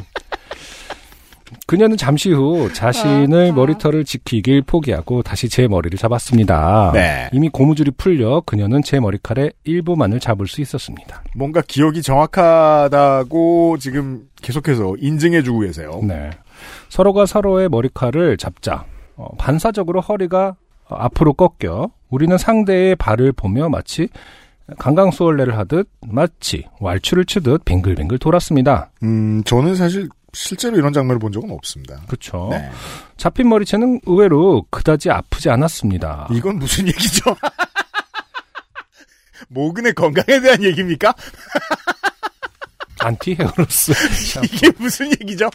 그녀는 잠시 후 자신의 머리털을 지키길 포기하고 다시 제 머리를 잡았습니다.
네.
이미 고무줄이 풀려 그녀는 제 머리칼의 일부만을 잡을 수 있었습니다.
뭔가 기억이 정확하다고 지금 계속해서 인증해주고 계세요.
네. 서로가 서로의 머리칼을 잡자 어, 반사적으로 허리가 어, 앞으로 꺾여 우리는 상대의 발을 보며 마치 강강수월래를 하듯 마치 왈츠를 치듯 뱅글뱅글 돌았습니다.
음, 저는 사실 실제로 이런 장면을 본 적은 없습니다.
그렇죠.
네.
잡힌 머리채는 의외로 그다지 아프지 않았습니다.
이건 무슨 [LAUGHS] 얘기죠? 모근의 건강에 대한 얘기입니까?
안티
[LAUGHS]
헤어로스.
이게 무슨 얘기죠?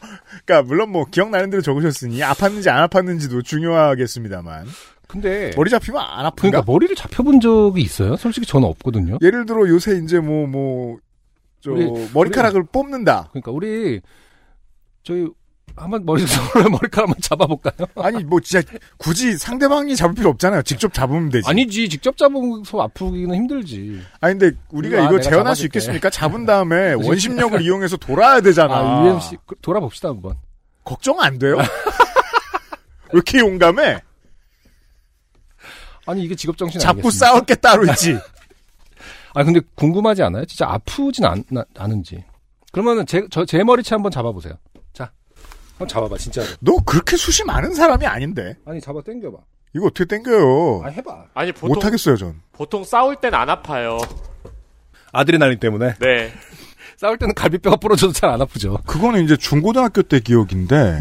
그러니까 물론 뭐 기억나는 대로 적으셨으니 아팠는지 안 아팠는지도 중요하겠습니다만
근데
머리 잡히면 안
네. 그러니까
아픈가?
머리를 잡혀본 적이 있어요? 솔직히 저는 없거든요.
예를 들어 요새 이제 뭐 뭐 저
우리-
머리카락을 뽑는다.
그러니까 우리 저희 한번 머리 [LAUGHS] 서로 머리카락 한번 잡아볼까요?
아니 뭐 진짜 굳이 상대방이 잡을 필요 없잖아요. 직접 잡으면 되지. 아니,
아니지 직접 잡으면서 아프기는 힘들지.
근데 우리가
아,
이거
내가
재현할 수
잡아줄게. 네. [LAUGHS]
있겠습니까? 잡은 다음에 원심력을 이용해서 돌아야 되잖아.
아 UMC 그, 돌아봅시다 한번.
걱정 안 돼요? [LAUGHS] 왜 이렇게 용감해?
아니 이게 직업 정신
잡고
네, 아니겠습니까?
싸울 게 따로 있지.
아 근데 궁금하지 않아요? 진짜 아프진 않, 나, 않은지. 그러면은 제 저 제 머리채 한번 잡아보세요. 자, 한번 잡아봐 진짜로.
너 그렇게 숱이 많은 사람이 아닌데.
아니 잡아 당겨봐.
이거 어떻게 땡겨요?
아 해봐.
아니 보통
못하겠어요 전.
보통 싸울 땐 안 아파요.
아드레날린 때문에
네.
싸울 때는 갈비뼈가 부러져도 잘 안 아프죠.
그거는 이제 중고등학교 때 기억인데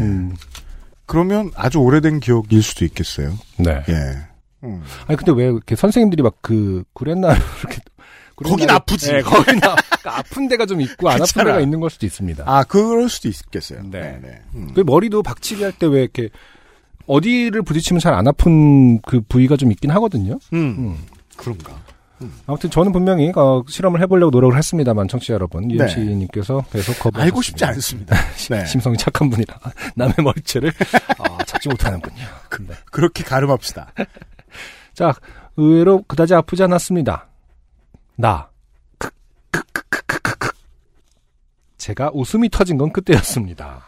그러면 아주 오래된 기억일 수도 있겠어요.
네.
예. 음.
아니 근데 왜 이렇게 선생님들이 막 그 구렛나루 [LAUGHS] 이렇게
거긴
구렛나루-
아프지.
네, 거긴 아, 그러니까 아픈 데가 좀 있고 안 아픈
그렇잖아.
데가 있는 걸 수도 있습니다.
아, 그럴 수도 있겠어요.
네.
네. 음.
그 머리도 박치기 할 때 왜 이렇게 어디를 부딪히면 잘 안 아픈 그 부위가 좀 있긴 하거든요.
음.
음.
그런가.
아무튼 저는 분명히 어, 실험을 해보려고 노력을 했습니다만 청취자 여러분
네.
UMC님께서 계속 거부
알고 싶지 않습니다. 네.
심성이 착한 분이라 [LAUGHS] 남의 머리채를 아, 잡지 못하는군요. 네.
그렇게 가름합시다.
자, 의외로 그다지 아프지 않았습니다. 나. 크크크크크크크. 제가 웃음이 터진 건 그때였습니다.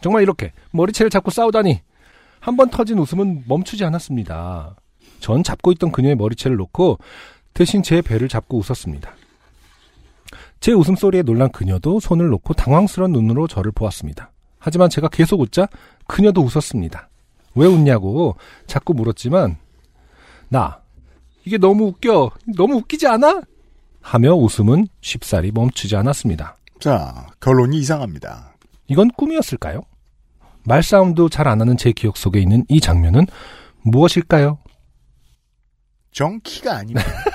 정말 이렇게 머리채를 잡고 싸우다니 한 번 터진 웃음은 멈추지 않았습니다. 전 잡고 있던 그녀의 머리채를 놓고 대신 제 배를 잡고 웃었습니다. 제 웃음소리에 놀란 그녀도 손을 놓고 당황스러운 눈으로 저를 보았습니다. 하지만 제가 계속 웃자 그녀도 웃었습니다. 왜 웃냐고 자꾸 물었지만 나 이게 너무 웃겨 너무 웃기지 않아? 하며 웃음은 쉽사리 멈추지 않았습니다.
자, 결론이 이상합니다.
이건 꿈이었을까요? 말싸움도 잘 안 하는 제 기억 속에 있는 이 장면은 무엇일까요?
정키가 아닙니다. [LAUGHS]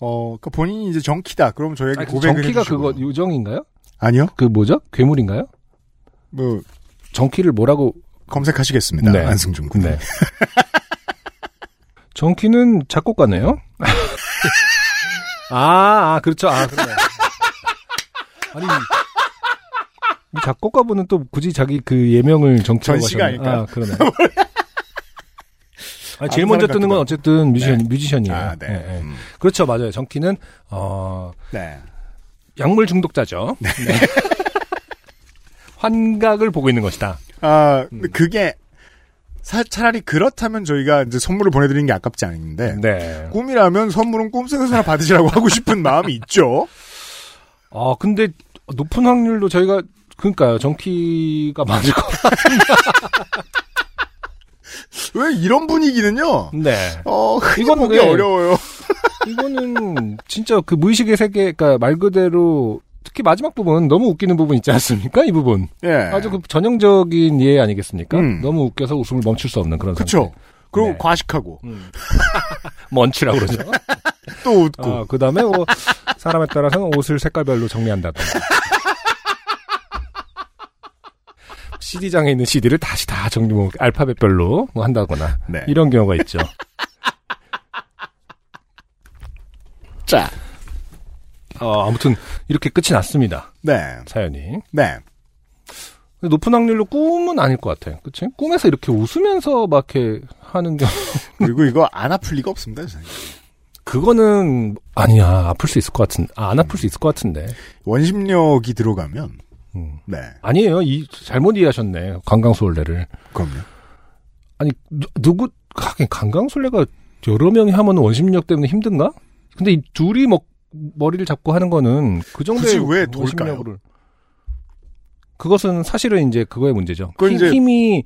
어, 그 본인이 이제 정키다. 그럼 저에게 고백을
정키가
해주시고.
그거 요정인가요?
아니요.
그 뭐죠? 괴물인가요?
뭐
정키를 뭐라고?
검색하시겠습니다.
네.
안승준 군.
네. [LAUGHS] 정키는
[LAUGHS]
작곡가네요. 아, 아 그렇죠. 아 그래. 아니. 이 작곡가분은 또 굳이 자기 그 예명을 정키라고
전시가
하셨네.
아닐까요?
아,
[LAUGHS]
그러네. 아니, 제일
아무
먼저
사람
뜨는 건
같기도
어쨌든 뮤지션,
네.
뮤지션이에요.
아, 네.
예, 예.
음.
그렇죠, 맞아요. 정키는, 어,
네.
약물 중독자죠. 네. [LAUGHS] 환각을 보고 있는 것이다.
아, 근데 그게 사, 차라리 그렇다면 저희가 이제 선물을 보내드리는 게 아깝지 않은데
네.
꿈이라면 선물은 꿈속에서나 받으시라고
[LAUGHS]
하고 싶은 마음이 있죠.
아, 근데 높은 확률로 저희가 그러니까요. 정키가 [LAUGHS] 맞을 것
왜 이런 분위기는요?
같은데.
어, 흔히
이건
보기
네.
어려워요.
이거는 진짜 그 무의식의 세계, 그러니까 말 그대로 특히 마지막 부분 너무 웃기는 부분 있지 않습니까? 이 부분.
예.
아주 그 전형적인 예 아니겠습니까?
음.
너무 웃겨서 웃음을 멈출 수 없는 그런
그쵸.
상태.
그리고
네.
과식하고
[LAUGHS] 먼치라고 그러죠.
또 웃고
아, 그 다음에 사람에 따라서는 옷을 색깔별로 정리한다던가. CD장에 있는 CD를 다시 다 정리, 뭐, 알파벳별로 뭐 한다거나.
네.
이런 경우가 있죠.
자.
어, 아무튼, 이렇게 끝이 났습니다.
네.
사연이. 근데
네.
높은 확률로 꿈은 아닐 것 같아요. 그치? 꿈에서 이렇게 웃으면서 막 이렇게 하는 경우.
그리고 이거 안 아플 리가 없습니다. 선생님.
그거는, 아니야. 아플 수 있을 것 같은, 아, 안 아플 수 있을 것 같은데.
원심력이 들어가면
음.
네.
아니에요. 이, 잘못 이해하셨네. 관광수월래를.
그럼요.
아니 누, 누구 하긴 강강술래가 여러 명이 하면 원심력 때문에 힘든가? 근데 이 둘이 먹 머리를 잡고 하는 거는 그
굳이
정도의
왜 돌까요?
원심력으로 그것은 사실은 이제 그거의 문제죠.
그건
힘,
이제-
힘이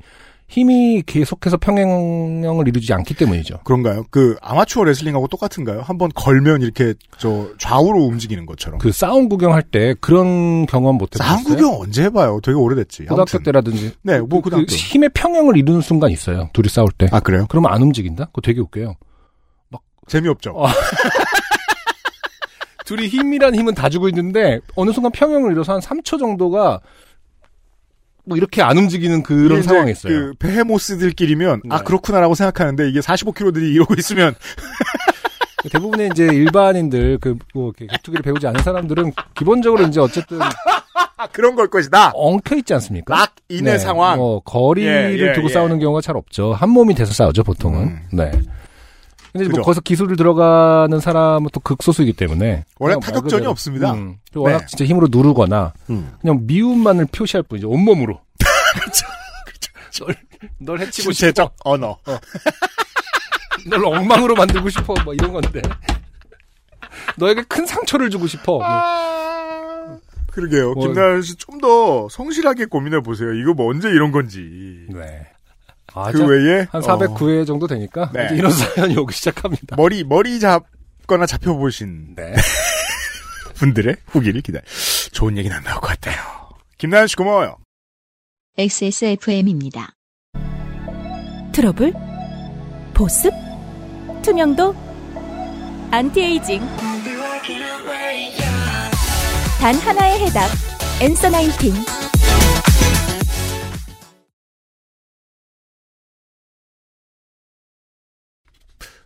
힘이 계속해서 평행형을 이루지 않기 때문이죠.
그런가요? 그 아마추어 레슬링하고 똑같은가요? 한번 걸면 이렇게 저 좌우로 움직이는 것처럼.
그 싸움 구경할 때 그런 경험 못 해봤어요.
한국경 언제 해봐요? 되게 오래됐지.
고등학교
아무튼.
때라든지
네, 뭐
그
고등학교.
힘의 평형을 이루는 순간 있어요. 둘이 싸울 때.
아 그래요?
그러면 안 움직인다? 그거 되게 웃겨요.
재미없죠.
어. 둘이 힘이란 힘은 다 주고 있는데 어느 순간 평형을 잃어서 한 3초 정도가 뭐 이렇게 안 움직이는
이게
그런
이제
상황이 있어요.
그 베헤모스들끼리면 아
네.
그렇구나라고 생각하는데 이게 45kg들이 이러고 있으면
대부분의 이제 일반인들 그뭐 격투기를 배우지 않은 사람들은 기본적으로 이제 어쨌든
아 그런 걸 것이다.
엉켜 있지 않습니까?
막인의
어, 네,
상황.
뭐 거리를
예, 예,
두고
예.
싸우는 경우가 잘 없죠. 한 몸이 돼서 싸우죠 보통은.
음.
네. 근데 뭐
그죠.
거기서 기술을 들어가는 사람은 또 극소수이기 때문에
원래
그냥 말
타격전이
그대로,
없습니다.
음, 워낙
네.
진짜 힘으로 누르거나
음.
그냥 미움만을 표시할 뿐이죠.
[LAUGHS]
온몸으로.
그렇죠.
널, 널 해치고 싶어.
신체적 언어.
널 엉망으로 만들고 싶어. 뭐 이런 건데. 너에게 큰 상처를 주고 싶어. 뭐.
아. 그러게요.
뭐-
김나연 씨 좀 더 성실하게 고민해 보세요. 이거 뭐 언제 이런 건지.
네. 아,
그
자,
외에
한
어,
409회 정도 되니까
네.
이제 이런 사연이 오기 시작합니다.
머리 머리 잡거나 잡혀보신 [LAUGHS]
네.
분들의 후기를 기다려. 좋은 얘기는 안 나올 것 같아요. 김나연 씨 고마워요.
XSFM입니다.
트러블, 보습, 투명도, 안티에이징. 단 하나의 해답, 엔서 나인틴.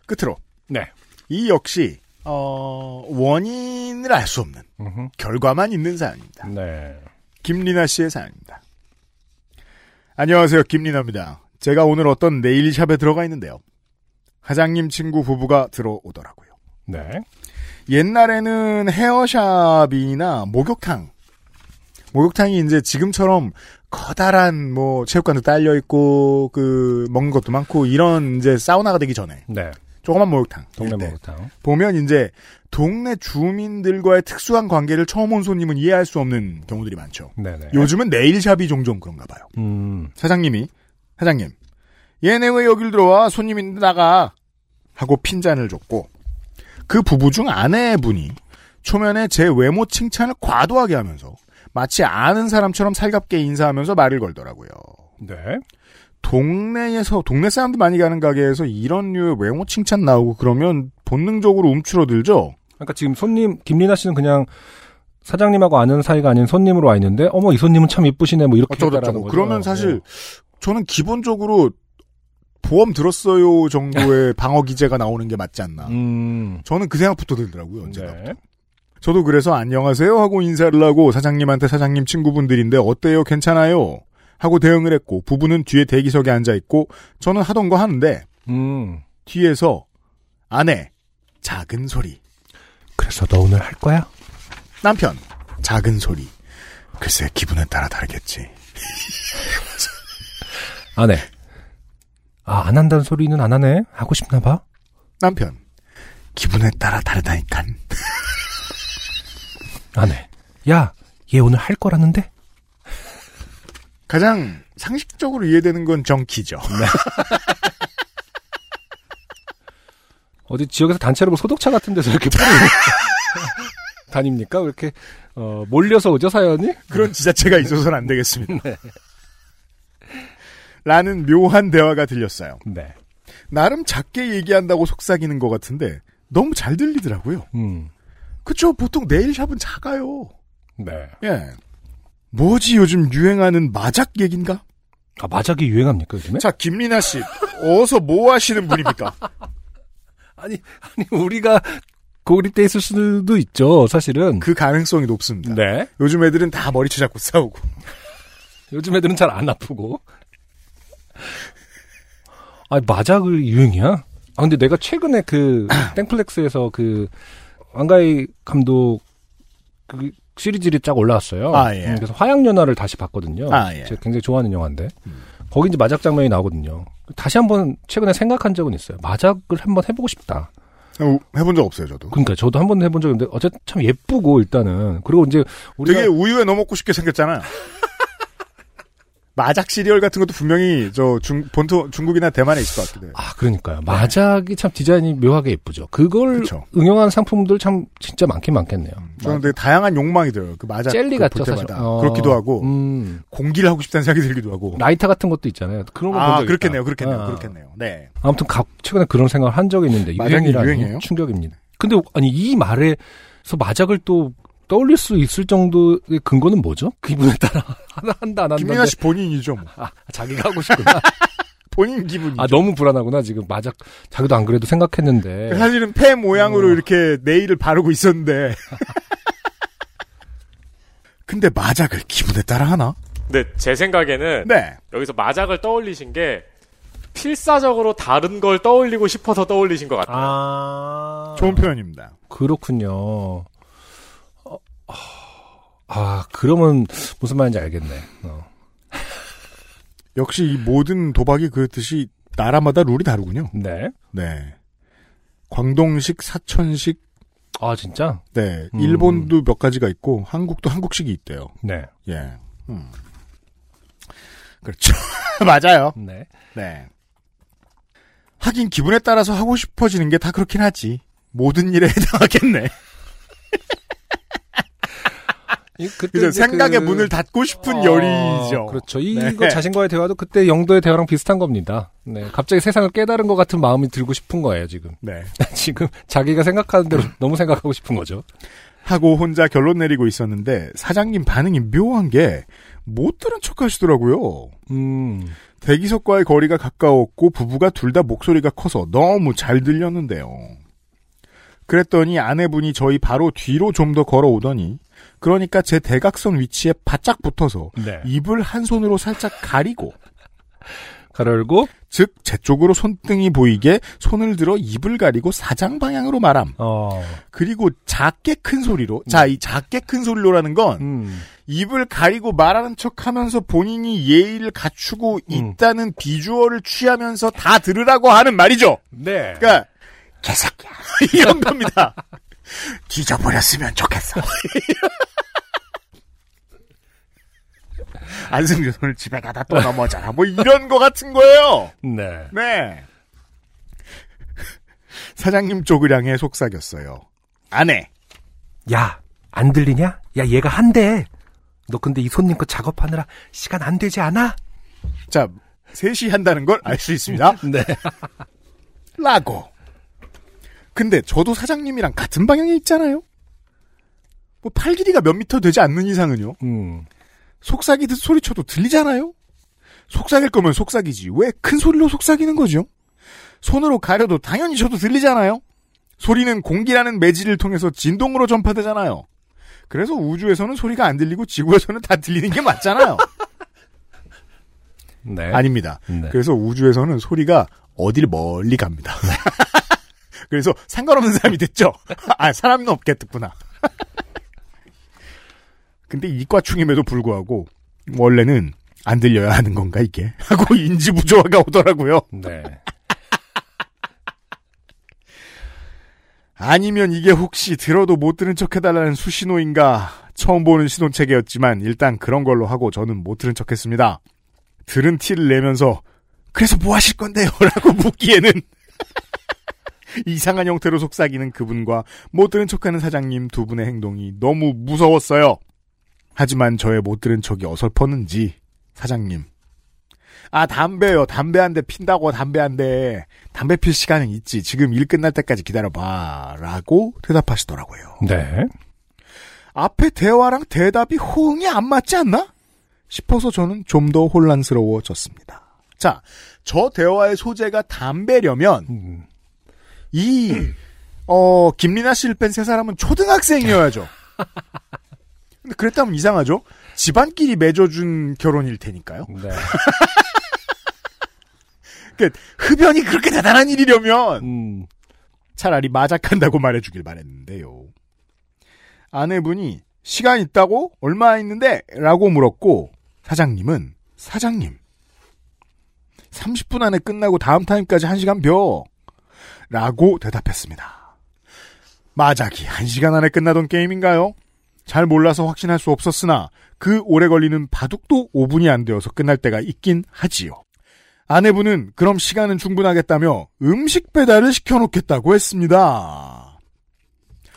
끝으로
네.
이 역시 어, 원인을 알 수 없는
음흠.
결과만 있는 사안입니다.
네.
김리나 씨의 사연입니다. 안녕하세요. 김리나입니다. 제가 오늘 어떤 네일샵에 들어가 있는데요. 사장님 친구 부부가 들어오더라고요.
네.
옛날에는 헤어샵이나 목욕탕. 목욕탕이 이제 지금처럼 커다란 뭐 체육관도 딸려 있고 그 먹는 것도 많고 이런 이제 사우나가 되기 전에
네.
조그만 목욕탕
동네
일 때.
목욕탕.
보면 이제 동네 주민들과의 특수한 관계를 처음 온 손님은 이해할 수 없는 경우들이 많죠.
네네.
요즘은 네일샵이 종종 그런가 봐요.
음.
사장님이 사장님 얘네 왜 여길 들어와 손님인데 나가 하고 핀잔을 줬고 그 부부 중 아내분이 초면에 제 외모 칭찬을 과도하게 하면서 마치 아는 사람처럼 살갑게 인사하면서 말을 걸더라고요.
네.
동네에서 동네 사람들 많이 가는 가게에서 이런 류의 외모 칭찬 나오고 그러면 본능적으로 움츠러들죠.
그러니까 지금 손님 김리나 씨는 그냥 사장님하고 아는 사이가 아닌 손님으로 와 있는데 어머 이 손님은 참 이쁘시네 뭐 이렇게 했다라는
어쩌고저쩌고.
거죠.
그러면 사실 저는 기본적으로 보험
[LAUGHS]
들었어요 정도의 방어 기제가 나오는 게 맞지 않나.
네. 음.
저는 그 생각부터 들더라고요. 언제나.
네.
저도 그래서 안녕하세요 하고 인사를 하고 사장님한테 사장님 친구분들인데 어때요 괜찮아요 하고 대응을 했고 부부는 뒤에 대기석에 앉아 있고 저는 하던 거 하는데
음.
뒤에서 아내 작은 소리
그래서 너 오늘 할 거야?
남편 작은 소리 글쎄 기분에 따라 다르겠지
아 네. 아, 안 한다는 소리는 안 하네. 하고 싶나 봐.
남편 기분에 따라 다르다니깐
아 네. 야, 얘 오늘 할 거라는데.
가장 상식적으로 이해되는 건 정키죠 [LAUGHS]
어디 지역에서 단체로 뭐 소독차 같은 데서 이렇게
[LAUGHS]
뿌리 다닙니까? 왜 이렇게 어, 몰려서 오죠 사연이?
그런 지자체가 있어서는 안 되겠습니다 라는 묘한 대화가 들렸어요
네.
나름 작게 얘기한다고 속삭이는 것 같은데 너무 잘 들리더라고요.
음.
그쵸? 보통 네일샵은 작아요.
네.
예. 뭐지 요즘 유행하는 마작 얘긴가?
아 마작이 유행합니까 요즘에?
자 김리나 씨 어서 뭐 하시는 분입니까?
아니 아니 우리가 고립돼 있을 수도 있죠 사실은.
그 가능성이 높습니다.
네.
요즘 애들은 다 머리채 잡고 싸우고
요즘 애들은 잘 안 아프고. 아 마작을 유행이야? 아 근데 내가 최근에 [CLEARS THROAT] 그 땡플렉스에서 그 왕가희 감독 그 시리즈를 쫙 올라왔어요.
아, 예.
음, 그래서 화양연화를 다시 봤거든요.
아, 예.
제가 굉장히 좋아하는 음. 영화인데 거기 이제 마작 장면이 나오거든요. 다시 한번 최근에 생각한 적은 있어요. 마작을 한번 해보고 싶다.
어, 해본 적 없어요 저도.
그러니까 저도 한번 해본 적이 있는데 어쨌든 참 예쁘고 일단은 그리고 이제 우리가
되게 우유에 넣어 먹고 싶게 생겼잖아요. 마작 시리얼 같은 것도 분명히 저 중 본토 중국이나 대만에 있을 것 같기도 해요.
아, 그러니까요. 마작이 참 디자인이 묘하게 예쁘죠. 그걸
네. 그쵸.
응용한 상품들 참 진짜 많긴 많겠네요.
저는 되게 다양한 욕망이 들어요. 그 마작
젤리
그
같죠,
볼
사실.
때마다.
어,
그렇기도 하고
음, 뭐
공기를 하고 싶다는 생각이 들기도 하고.
라이터 같은 것도 있잖아요. 그런 거본적
아,
있다.
그렇겠네요. 그렇겠네요.
아,
그렇겠네요. 네.
아무튼 가- 최근에 그런 생각을 한 적이 있는데
마작이
유행이라니
유행이에요?
충격입니다. 근데 아니 이 말에서 마작을 또 떠올릴 수 있을 정도의 근거는 뭐죠? 기분에 따라 [LAUGHS] 하나 한다 안 한다.
김민아 씨 본인이죠. 뭐.
아, 자기가 하고 싶구나.
본인 기분이죠.
아 너무 불안하구나 지금 마작 자기도 안 그래도 생각했는데.
사실은 폐 모양으로
네. 어.
이렇게 네일을 바르고 있었는데. [LAUGHS] 근데 마작을 기분에 따라 하나?
근데 제 생각에는
네.
여기서 마작을 떠올리신 게 필사적으로 다른 걸 떠올리고 싶어서 떠올리신 것 같아요.
아
좋은 표현입니다.
그렇군요. 어, 아, 그러면 무슨 말인지 알겠네. 어.
역시 이 모든 도박이 그렇듯이 나라마다 룰이 다르군요.
네.
네. 광동식, 사천식,
아, 진짜?
네.
음.
일본도 몇 가지가 있고, 한국도 한국식이 있대요.
네.
예. 음. 그렇죠. [LAUGHS] 맞아요.
네.
네. 하긴 기분에 따라서 하고 싶어지는 게 다 그렇긴 [LAUGHS] 하지. 모든 일에 해당하겠네.
이- 그때
그죠?
이제
생각의
그-
문을 닫고 싶은
아,
열이죠.
그렇죠. 이거
네.
자신과의 대화도 그때 영도의 대화랑 비슷한 겁니다. 네, 갑자기 세상을 깨달은 것 같은 마음이 들고 싶은 거예요 지금. [LAUGHS]
네.
지금 자기가 생각하는 대로 너무 생각하고 싶은 거죠.
하고 혼자 결론 내리고 있었는데 사장님 반응이 묘한 게 못 들은 척 하시더라고요.
음,
대기석과의 거리가 가까웠고 부부가 둘 다 목소리가 커서 너무 잘 들렸는데요. 그랬더니 아내분이 저희 바로 뒤로 좀 더 걸어오더니 그러니까 제 대각선 위치에 바짝 붙어서
네.
입을 한 손으로 살짝 가리고
가열고
즉 제 쪽으로 손등이 보이게 손을 들어 입을 가리고 사장 방향으로 말함.
어,
그리고 작게 큰 소리로 자 이 작게 큰 소리로라는 건
음,
입을 가리고 말하는 척하면서 본인이 예의를 갖추고 있다는 비주얼을 취하면서 다 들으라고 하는 말이죠.
네.
그러니까 개새끼야 [LAUGHS] 이런 겁니다. 뒤져버렸으면 좋겠어. [LAUGHS] 안승준 오늘 집에 가다 또 넘어져라 뭐 이런 거 같은 거예요.
네.
네. 사장님 쪽을 향해 속삭였어요. 아내. 네.
야, 안 들리냐? 야, 얘가 한대. 너 근데 이 손님 거 작업하느라 시간 안 되지 않아?
자, 셋이 한다는 걸 알 수 있습니다.
[LAUGHS] 네.
라고. 근데 저도 사장님이랑 같은 방향에 있잖아요. 뭐 팔 길이가 몇 미터 되지 않는 이상은요.
음,
속삭이듯 소리쳐도 들리잖아요. 속삭일 거면 속삭이지. 왜 큰 소리로 속삭이는 거죠? 손으로 가려도 당연히 저도 들리잖아요. 소리는 공기라는 매질을 통해서 진동으로 전파되잖아요. 그래서 우주에서는 소리가 안 들리고 지구에서는 다 들리는 게 맞잖아요.
[LAUGHS] 네.
아닙니다.
네.
그래서 우주에서는 소리가 어딜 멀리 갑니다. [LAUGHS] 그래서 상관없는 사람이 됐죠. [LAUGHS] 아, 사람은 없겠구나. [LAUGHS] 근데 이과충임에도 불구하고 원래는 안 들려야 하는 건가 이게 [LAUGHS] 하고 인지 부조화가 오더라고요.
네.
아니면 이게 혹시 들어도 못 들은 척 해달라는 수신호인가? 처음 보는 신혼체계였지만 일단 그런 걸로 하고 저는 못 들은 척 했습니다. 들은 티를 내면서 그래서 뭐 하실 건데요? [LAUGHS] 라고 묻기에는 [LAUGHS] 이상한 형태로 속삭이는 그분과 못 들은 척하는 사장님 두 분의 행동이 너무 무서웠어요. 하지만 저의 못 들은 척이 어설펐는지 사장님 아 담배요 담배 한 대 핀다고 담배 한대 담배 필 시간은 있지. 지금 일 끝날 때까지 기다려봐. 라고 대답하시더라고요.
네.
앞에 대화랑 대답이 호응이 안 맞지 않나? 싶어서 저는 좀 더 혼란스러워졌습니다. 자, 저 대화의 소재가 담배려면,
음,
이, 어, 김리나 씨를 뺀 세 사람은 초등학생이어야죠. 근데 그랬다면 이상하죠? 집안끼리 맺어준 결혼일 테니까요.
[LAUGHS] 네.
그러니까 흡연이 그렇게 대단한 일이려면,
음,
차라리 마작한다고 말해주길 바랬는데요. 아내분이 시간 있다고 얼마 있는데 라고 물었고 사장님은 사장님 30분 안에 끝나고 다음 타임까지 1시간 벼 라고 대답했습니다. 마작이 1시간 안에 끝나던 게임인가요? 잘 몰라서 확신할 수 없었으나 그 오래 걸리는 바둑도 5분이 안 되어서 끝날 때가 있긴 하지요. 아내분은 그럼 시간은 충분하겠다며 음식 배달을 시켜놓겠다고 했습니다.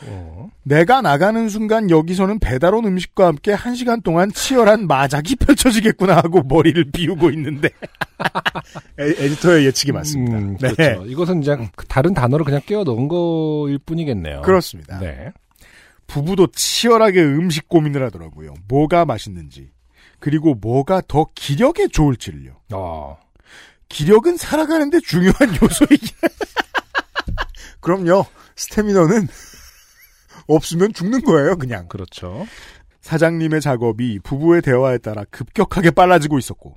어? 내가 나가는 순간 여기서는 배달 온 음식과 함께 한시간 동안 치열한 마작이 펼쳐지겠구나 하고 머리를 비우고 있는데. [LAUGHS] 에- 에디터의 예측이 맞습니다.
음,
네.
그렇죠. 이것은 이제 그 다른 단어를 그냥 끼워 넣은 거일 뿐이겠네요.
음, 그렇습니다.
네.
부부도 치열하게 음식 고민을 하더라고요. 뭐가 맛있는지. 그리고 뭐가 더 기력에 좋을지를요.
어,
기력은 살아가는데 중요한 [LAUGHS] 요소이긴 그럼요. 스태미너는 없으면 죽는 거예요, 그냥.
그렇죠.
사장님의 작업이 부부의 대화에 따라 급격하게 빨라지고 있었고,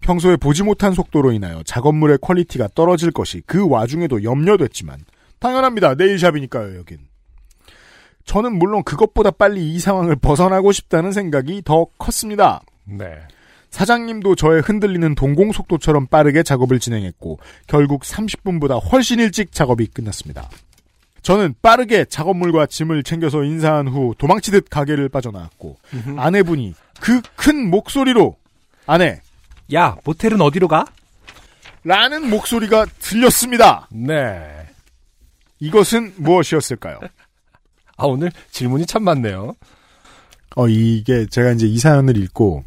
평소에 보지 못한 속도로 인하여 작업물의 퀄리티가 떨어질 것이 그 와중에도 염려됐지만, 당연합니다. 네일샵이니까요, 여긴. 저는 물론 그것보다 빨리 이 상황을 벗어나고 싶다는 생각이 더 컸습니다.
네.
사장님도 저의 흔들리는 동공 속도처럼 빠르게 작업을 진행했고 결국 30분보다 훨씬 일찍 작업이 끝났습니다. 저는 빠르게 작업물과 짐을 챙겨서 인사한 후 도망치듯 가게를 빠져나왔고 아내분이 그 큰 목소리로 아내
야, 모텔은 어디로 가?
라는 목소리가 들렸습니다.
네.
이것은 무엇이었을까요?
아, 오늘 질문이 참 많네요.
어, 이게 제가 이제 이 사연을 읽고,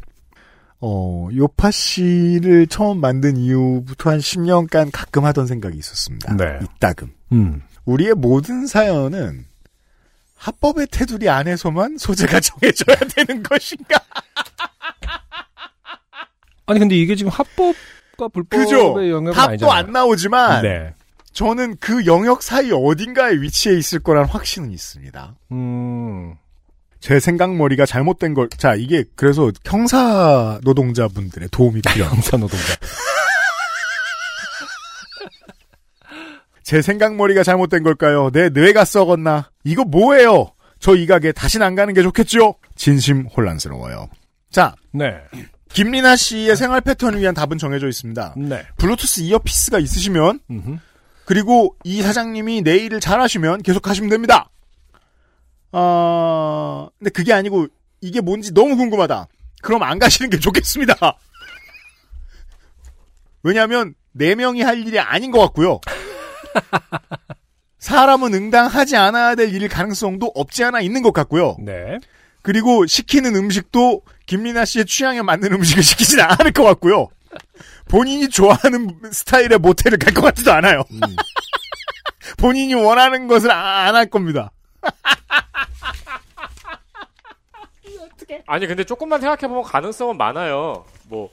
어, 요파 씨를 처음 만든 이후부터 한 10년간 가끔 하던 생각이 있었습니다.
네.
이따금.
음.
우리의 모든 사연은 합법의 테두리 안에서만 소재가 [LAUGHS] 정해져야 되는 것인가?
아니 근데 이게 지금 합법과 불법의
그죠?
영역은
합도
아니잖아요.
안 나오지만,
네.
저는 그 영역 사이 어딘가에 위치해 있을 거란 확신은 있습니다.
음.
제 생각머리가 잘못된 걸, 자, 이게, 그래서 형사 노동자분들의 도움이 필요합니다.
검사 노동자.
제 생각머리가 잘못된 걸까요? 내 뇌가 썩었나? 이거 뭐예요? 저 이 가게 다신 안 가는 게 좋겠지요? 진심 혼란스러워요. 자,
네.
김리나 씨의 생활 패턴을 위한 답은 정해져 있습니다.
네.
블루투스 이어피스가 있으시면,
음흠.
그리고 이 사장님이 내 일을 잘하시면 계속 하시면 됩니다. 아, 근데 그게 아니고 이게 뭔지 너무 궁금하다. 그럼 안 가시는 게 좋겠습니다. [LAUGHS] 왜냐하면 네 명이 할 일이 아닌 것 같고요. 사람은 응당하지 않아야 될 일 가능성도 없지 않아 있는 것 같고요.
네.
그리고 시키는 음식도 김민아 씨의 취향에 맞는 음식을 시키진 않을 것 같고요. 본인이 좋아하는 스타일의 모텔을 갈 것 같지도 않아요. [LAUGHS] 본인이 원하는 것을 아, 안 할 겁니다.
아니 근데 조금만 생각해보면 가능성은 많아요. 뭐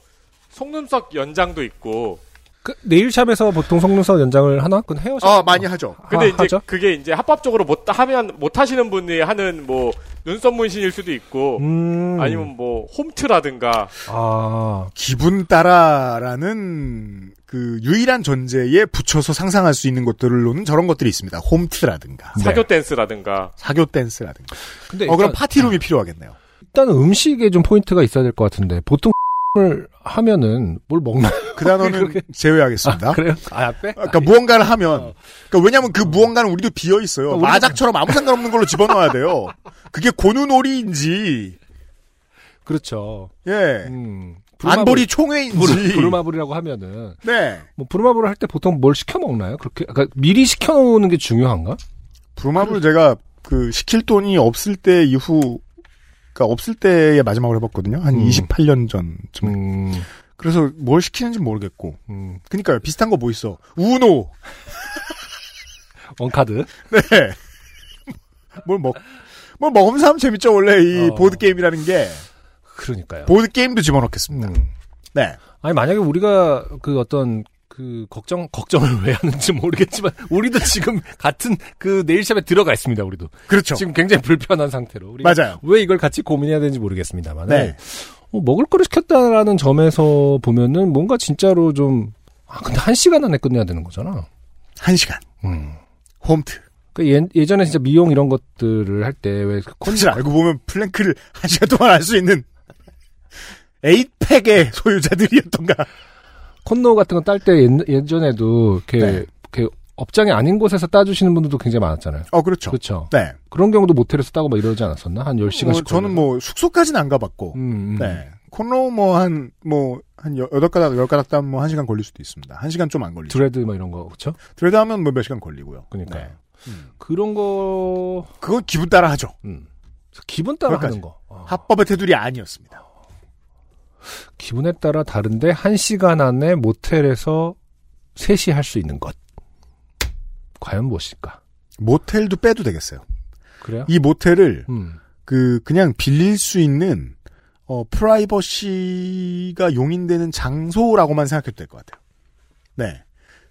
속눈썹 연장도 있고.
그 네일샵에서 보통 속눈썹 연장을 하나? 그건 헤어샵.
아, 많이 하죠.
하-
근데 이제
하죠?
그게 이제 합법적으로 못 하면 못 하시는 분이 하는 뭐 눈썹 문신일 수도 있고
음.
아니면 뭐 홈트라든가
아.
기분 따라라는 그 유일한 전제에 붙여서 상상할 수 있는 것들로는 저런 것들이 있습니다. 홈트라든가
네.
사교 댄스라든가
사교 댄스라든가.
근데
어 그럼
네, 일단- 아.
파티룸이 필요하겠네요.
일단 음식에 좀 포인트가 있어야 될 것 같은데 보통 [LAUGHS] 을 하면은 뭘 먹나?
그 단어는
네, 그렇게-
제외하겠습니다.
그래요? 아 앞에?
그러니까 무언가를 하면 그러니까 왜냐하면 그 무언가는 그러니까 우리도 비어 있어요.
우리가-
마작처럼 아무 상관없는 걸로 집어넣어야 돼요. 그게 고누놀이인지
그렇죠.
예
음.
안보리
부르-
총회인지
부르마블이라고 하면은
네
뭐 부르마블을 할 때 보통 뭘 시켜 먹나요? 그렇게 그까 미리 시켜 놓는 게 중요한가?
부르마블 제가 그 시킬 돈이 없을 때 이후 그러니까 없을 때에 마지막으로 해봤거든요. 한
음.
28년 전쯤에
음.
그래서 뭘 시키는지 모르겠고
음.
그러니까요 비슷한 거 뭐 있어 우노 [LAUGHS]
원카드.
네뭘먹뭘 먹으면서 하면 재밌죠 원래 이
어.
보드 게임이라는 게
그러니까요.
보드 게임도 집어넣겠습니다.
음.
네
아니 만약에 우리가 그 어떤 그 걱정 걱정을 왜 하는지 모르겠지만 [LAUGHS] 우리도 지금 같은 그 네일샵에 들어가 있습니다. 우리도
그렇죠.
지금 굉장히 불편한 상태로 우리가
맞아요.
왜 이걸 같이 고민해야 되는지 모르겠습니다만
네.
먹을 거를 시켰다라는 점에서 보면은 뭔가 진짜로 좀 아, 근데 한 시간 안에 끝내야 되는 거잖아.
한 시간.
음.
홈트.
그 예, 예전에 진짜 미용 이런 것들을 할 때 왜그
사실 알고 보면 플랭크를 한 시간 동안 할 수 있는 에이팩의 소유자들이었던가.
콘노 같은 거 딸 때 예, 예전에도 이렇게,
네.
이렇게 업장이 아닌 곳에서 따주시는 분들도 굉장히 많았잖아요.
어, 그렇죠.
그렇죠.
네.
그런 경우도 모텔에서 따고 막 이러지 않았었나? 한 10시간씩.
뭐, 저는 뭐 숙소까지는 안 가봤고.
음, 음.
네. 콘로 뭐 한, 뭐, 한 여- 여덟 가닥, 열 가닥 따면 뭐 한 시간 걸릴 수도 있습니다. 한 시간 좀 안 걸리죠.
드레드 막 이런 거, 그렇죠?
드레드 하면 뭐 몇 시간 걸리고요.
그러니까요.
네. 음.
그런 거,
그건 기분 따라 하죠.
음. 기분 따라
그것까지.
하는 거. 어.
합법의 테두리 아니었습니다.
기분에 따라 다른데 한시간 안에 모텔에서 셋이 할 수 있는 것. 과연 무엇일까?
모텔도 빼도 되겠어요.
그래요?
이 모텔을
음.
그 그냥 빌릴 수 있는 어 프라이버시가 용인되는 장소라고만 생각해도 될 것 같아요. 네.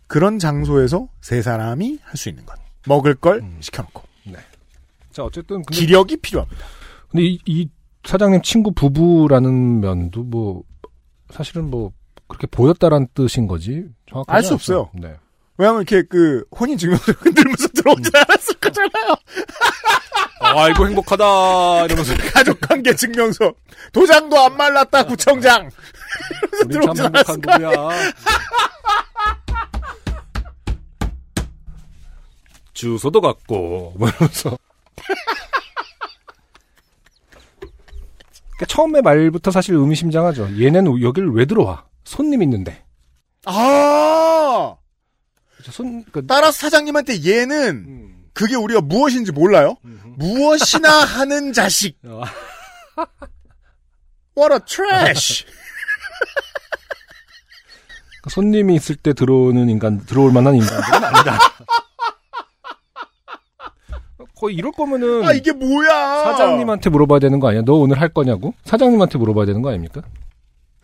그런 장소에서 세 사람이 할 수 있는 것. 먹을 걸 시켜놓고
자, 어쨌든 음. 근데,
기력이 필요합니다.
근데 이, 이 사장님 친구 부부라는 면도 뭐 사실은 뭐 그렇게 보였다라는 뜻인 거지. 정확하지
알수
않죠.
없어요.
네.
왜냐하면 이렇게 그 혼인 증명서 [LAUGHS] 흔들면서 들어오지
음.
않았을 거잖아요.
아이고 행복하다 이러면서
가족관계 증명서 도장도 안 말랐다 구청장.
우리 참
들어오지
행복한 거야. 주소도 갖고 뭐 이러면서. 그러니까 처음에 말부터 사실 의미심장하죠. 얘네는 여기를 왜 들어와? 손님 있는데.
아
그쵸, 손 그러니까-
따라서 사장님한테 얘는
음. [LAUGHS]
그게 우리가 무엇인지 몰라요. 무엇이나 하는 자식.
어,
What a
[LAUGHS]
trash!
그러니까 손님이 있을 때 들어오는 인간, 들어올 만한 인간들은 아니다. 거의 이럴 거면은
아 이게 뭐야?
사장님한테 물어봐야 되는 거 아니야? 너 오늘 할 거냐고? 사장님한테 물어봐야 되는 거 아닙니까?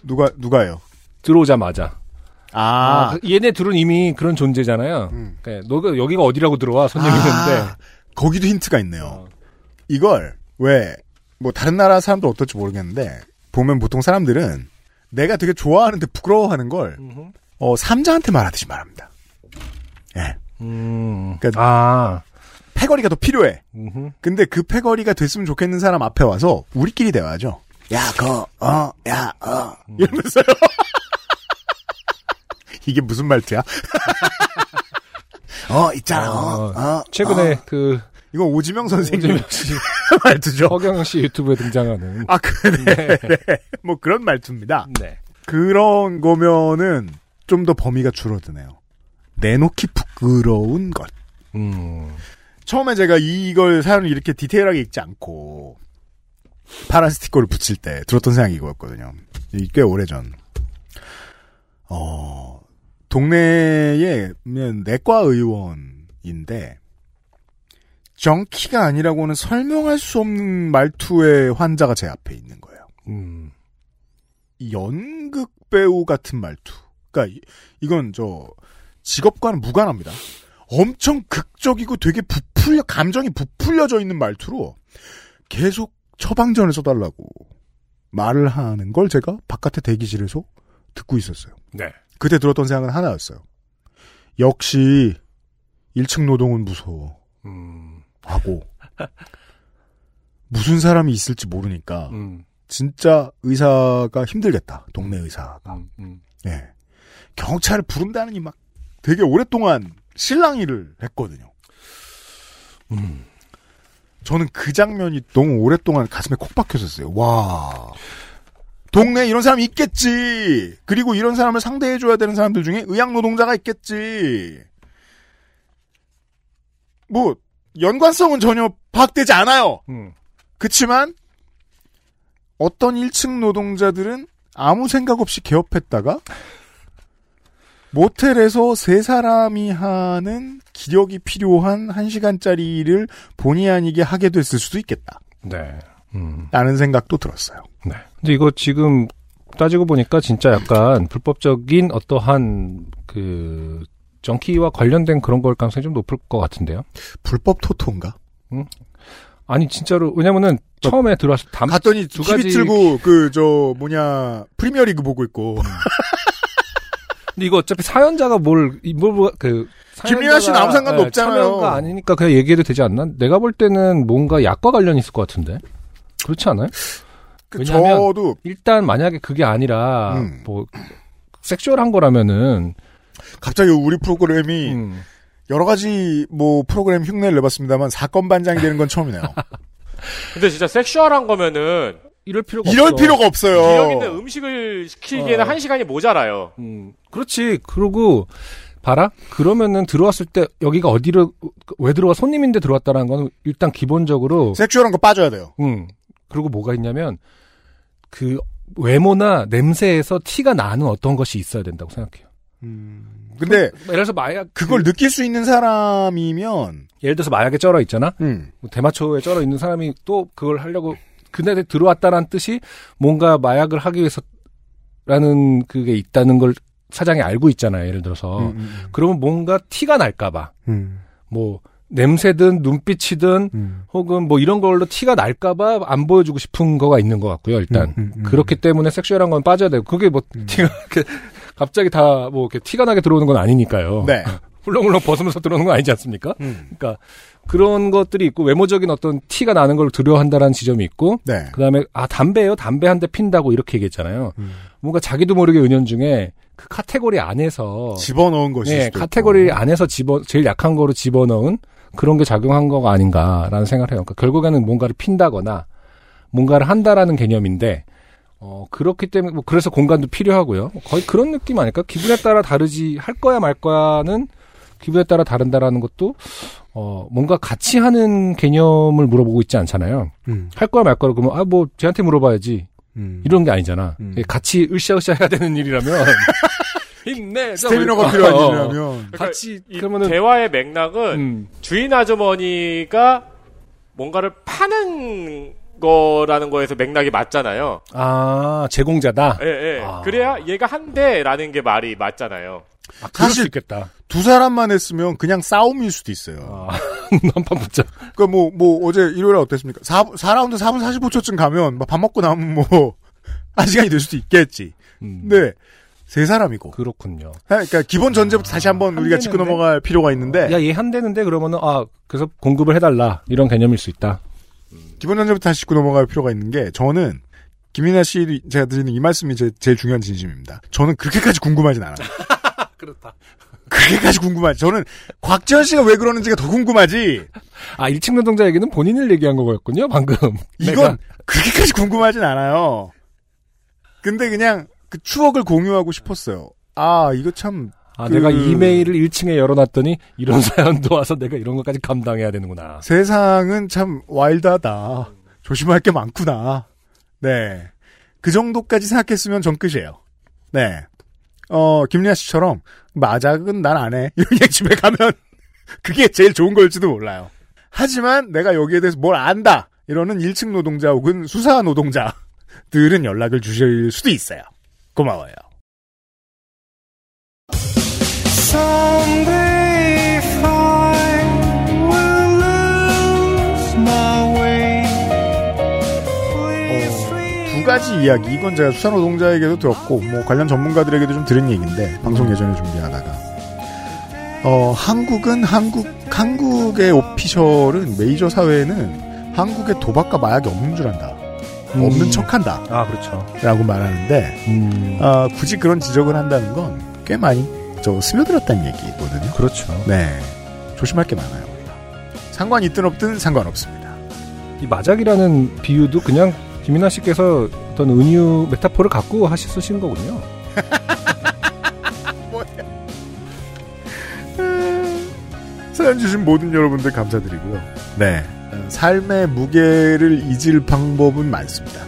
누가 누가요?
들어오자마자.
아,
아, 그 얘네들은 이미 그런 존재잖아요.
음.
그러니까 너가 여기가 어디라고 들어와 손님이
아, 거기도 힌트가 있네요.
있는데.
이걸 왜 뭐 다른 나라 사람들 어떨지 모르겠는데 보면 보통 사람들은 내가 되게 좋아하는데 부끄러워하는 걸 어, 삼자한테 말하듯이 말합니다. 예,
음.
그러니까-
아.
패거리가 더 필요해.
음흠.
근데 그 패거리가 됐으면 좋겠는 사람 앞에 와서 우리끼리 대화하죠. 야, 거, 어, 야, 어.
음.
이러면서요. [LAUGHS] 이게 무슨 말투야? [LAUGHS] 어, 있잖아, 어,
어,
어.
최근에 그
이거 오지명 선생님
오지명 [LAUGHS] 어. 씨,
[LAUGHS] 말투죠.
허경영 씨 유튜브에 등장하는
아, 그네. 네. 뭐 그런 말투입니다.
네.
그런 거면은 좀 더 범위가 줄어드네요. 내놓기 부끄러운 것.
음.
처음에 제가 이걸 사연을 이렇게 디테일하게 읽지 않고 파란 스티커를 붙일 때 들었던 생각이 이거였거든요. 이꽤 오래전. 어, 동네에 그냥 내과 의원인데 정키가 아니라고는 설명할 수 없는 말투의 환자가 제 앞에 있는 거예요.
음.
연극 배우 같은 말투. 그러니까 이- 이건 저 직업과는 무관합니다. 엄청 극적이고 되게 부풀려 감정이 부풀려져 있는 말투로 계속 처방전을 써달라고 말을 하는 걸 제가 바깥의 대기실에서 듣고 있었어요.
네.
그때 들었던 생각은 하나였어요. 역시 1층 노동은 무서워
음.
하고 무슨 사람이 있을지 모르니까
음.
진짜 의사가 힘들겠다. 동네 의사가.
음. 음.
예. 경찰을 부른다는 이 막 되게 오랫동안 실랑이를 했거든요.
음.
저는 그 장면이 너무 오랫동안 가슴에 콕 박혔었어요. 와. 동네에 이런 사람이 있겠지. 그리고 이런 사람을 상대해줘야 되는 사람들 중에 의학 노동자가 있겠지. 뭐, 연관성은 전혀 파악되지 않아요.
음.
그치만 어떤 1층 노동자들은 아무 생각 없이 개업했다가 모텔에서 세 사람이 하는 기력이 필요한 1시간짜리를 본의 아니게 하게 됐을 수도 있겠다.
네. 음.
라는 생각도 들었어요.
네. 근데 이거 지금 따지고 보니까 진짜 약간 불법적인 어떠한 그 정키와 관련된 그런 걸 가능성이 좀 높을 것 같은데요.
불법 토토인가?
아니 진짜로 왜냐면은
저-
처음에 들어왔을 때 담,
갔더니
두
TV
가지-
틀고 그 저 뭐냐 프리미어리그 보고 있고
근데 이거 어차피 사연자가 뭘, 이- 뭘, 뭐- 그.
김리나 씨는 아무 상관도
예,
없잖아요.
참여가 아니니까 그냥 얘기해도 되지 않나? 내가 볼 때는 뭔가 약과 관련이 있을 것 같은데. 그렇지 않아요?
그
왜냐하면-
저도
일단 만약에 그게 아니라,
음.
뭐, 섹슈얼한 거라면은,
갑자기 우리 프로그램이
음,
여러 가지 뭐 프로그램 흉내를 내봤습니다만 사건 반장이 되는
[LAUGHS]
건 처음이네요.
근데 진짜 섹슈얼한 거면은
이럴 필요가 없어.
이럴 필요가 없어요.
기력 있는 음식을 시키기에는
어.
한 시간이 모자라요.
음, 그렇지. 그러고, 봐라? 그러면은 들어왔을 때 여기가 어디로, 왜 들어와? 손님인데 들어왔다라는 건 일단 기본적으로,
섹슈얼한 거 빠져야 돼요.
음, 그리고 뭐가 있냐면, 그, 외모나 냄새에서 티가 나는 어떤 것이 있어야 된다고 생각해요. 뭐
근데
예를 들어서 마약
그걸 느낄 수 있는 사람이면
예를 들어서 마약에 쩔어 있잖아
음.
뭐 대마초에 쩔어 있는 사람이 또 그걸 하려고 그날에 들어왔다라는 뜻이 뭔가 마약을 하기 위해서라는 그게 있다는 걸 사장이 알고 있잖아요 예를 들어서
음, 음,
그러면 뭔가 티가 날까봐
음,
뭐 냄새든 눈빛이든
음.
혹은 뭐 이런 걸로 티가 날까봐 안 보여주고 싶은 거가 있는 것 같고요 일단
음, 음, 음.
그렇기 때문에 섹슈얼한 건 빠져야 되고 그게 뭐 티가 이렇게 갑자기 다 뭐 이렇게 티가 나게 들어오는 건 아니니까요
네.
훌렁훌렁 벗으면서 들어오는 건 아니지 않습니까? 그러니까 그런 것들이 있고 외모적인 어떤 티가 나는 걸 두려워한다라는 지점이 있고
네.
그다음에 아 담배예요 담배 한 대 핀다고 이렇게 얘기했잖아요.
음.
뭔가 자기도 모르게 은연중에 그 카테고리 안에서
집어넣은 것이
네, 카테고리 안에서 집어 제일 약한 거로 집어넣은 그런 게 작용한 거가 아닌가라는 생각을 해요. 그러니까 결국에는 뭔가를 핀다거나 뭔가를 한다라는 개념인데 어 그렇기 때문에 뭐 그래서 공간도 필요하고요. 거의 그런 느낌 아닐까? 기분에 따라 다르지 할 거야 말 거야는 기분에 따라 다른다라는 것도 어, 뭔가 같이 하는 개념을 물어보고 있지 않잖아요.
음,
할 거야 말 거야 그러면 아 뭐 쟤한테 물어봐야지
음.
이런 게 아니잖아.
음.
예, 같이 으쌰으쌰 해야 되는 일이라면 힘내.
스테미너가
뭐 이렇게.
필요한
어, 어.
일이라면
같이
이
그러면은
대화의 맥락은
음,
주인 아주머니가 뭔가를 파는 거라는 거에서 맥락이 맞잖아요.
아 제공자다.
예, 예.
아.
그래야 얘가 한대라는 게 말이 맞잖아요.
아, 그럴
사실-
수 있겠다. [LAUGHS]
두 사람만 했으면 그냥 싸움일 수도 있어요.
아, 한판 붙자.
그러니까 뭐, 뭐 어제 일요일 날 어땠습니까? 4, 4라운드 4분 45초쯤 가면 막밥 먹고 나면 뭐 [LAUGHS] 한 시간이 될 수도 있겠지.
음,
네. 세 사람이고.
그렇군요.
그러니까 기본 전제부터 다시 한번 우리가 짚고
되는데?
넘어갈 필요가 있는데
야 얘 한대는데 그러면은 아 그래서 공급을 해달라 이런 개념일 수 있다.
기본 전제부터 다시 짚고 넘어갈 필요가 있는 게 저는 김민아 씨 제가 드리는 이 말씀이 제, 제일 중요한 진심입니다. 저는 그렇게까지 궁금하진 않아요.
[LAUGHS] 그렇다.
그렇게까지 궁금하지. 저는 곽지현 씨가 왜 그러는지가 더 궁금하지.
아 1층 노동자 얘기는 본인을 얘기한 거였군요 [LAUGHS] 방금.
이건
내가.
그렇게까지 궁금하진 않아요. 근데 그냥 그 추억을 공유하고 싶었어요. 아, 이거 참
아
그-
내가 이메일을 1층에 열어놨더니 이런 [LAUGHS] 사연도 와서 내가 이런 것까지 감당해야 되는구나.
세상은 참 와일드하다. 조심할 게 많구나. 네. 그 정도까지 생각했으면 전 끝이에요. 네. 어, 김리아 씨처럼, 마작은 난 안 해. [LAUGHS] 이렇게 집에 가면, [LAUGHS] 그게 제일 좋은 걸지도 몰라요. 하지만 내가 여기에 대해서 뭘 안다. 이러는 1층 노동자 혹은 수사 노동자들은 연락을 주실 수도 있어요. 고마워요. 어, 두 가지 이야기 이건 제가 수산 노동자에게도 들었고 뭐 관련 전문가들에게도 좀 들은 얘기인데 방송 예전에 준비하다가 어 한국은 한국 한국의 오피셜은 메이저 사회에는 한국에 도박과 마약이 없는 줄 안다 없는
음.
척한다라고
아 그렇죠.
말하는데
음,
아, 굳이 그런 지적을 한다는 건 꽤 많이 저 스며들었다는 얘기거든요.
그렇죠.
네 조심할 게 많아요 우리가 상관 있든 없든 상관없습니다.
이 마작이라는 비유도 그냥 김민아 씨께서 어떤 은유 메타포를 갖고 하시 쓰신 거군요.
음. 사연 주신 모든 여러분들 감사드리고요. 네. 어, 삶의 무게를 잊을 방법은 많습니다.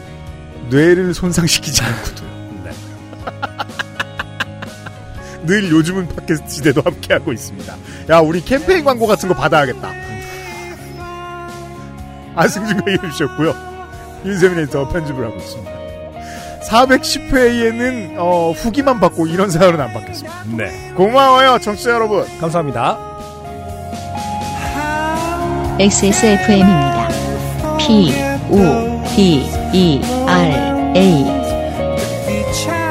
뇌를 손상시키지 않고도요. [LAUGHS] 늘 요즘은 팟캐스트 시대도 함께하고 있습니다. 야, 우리 캠페인 광고 같은 거 받아야겠다. 안승준과 이해주셨고요. 윤세민 에디터가 편집을 하고 있습니다. 410회에는 어, 후기만 받고 이런 사연은 안 받겠습니다. 네. 고마워요, 청취자 여러분.
감사합니다.
XSFM입니다. P, O, D, E, R, A.
Be child.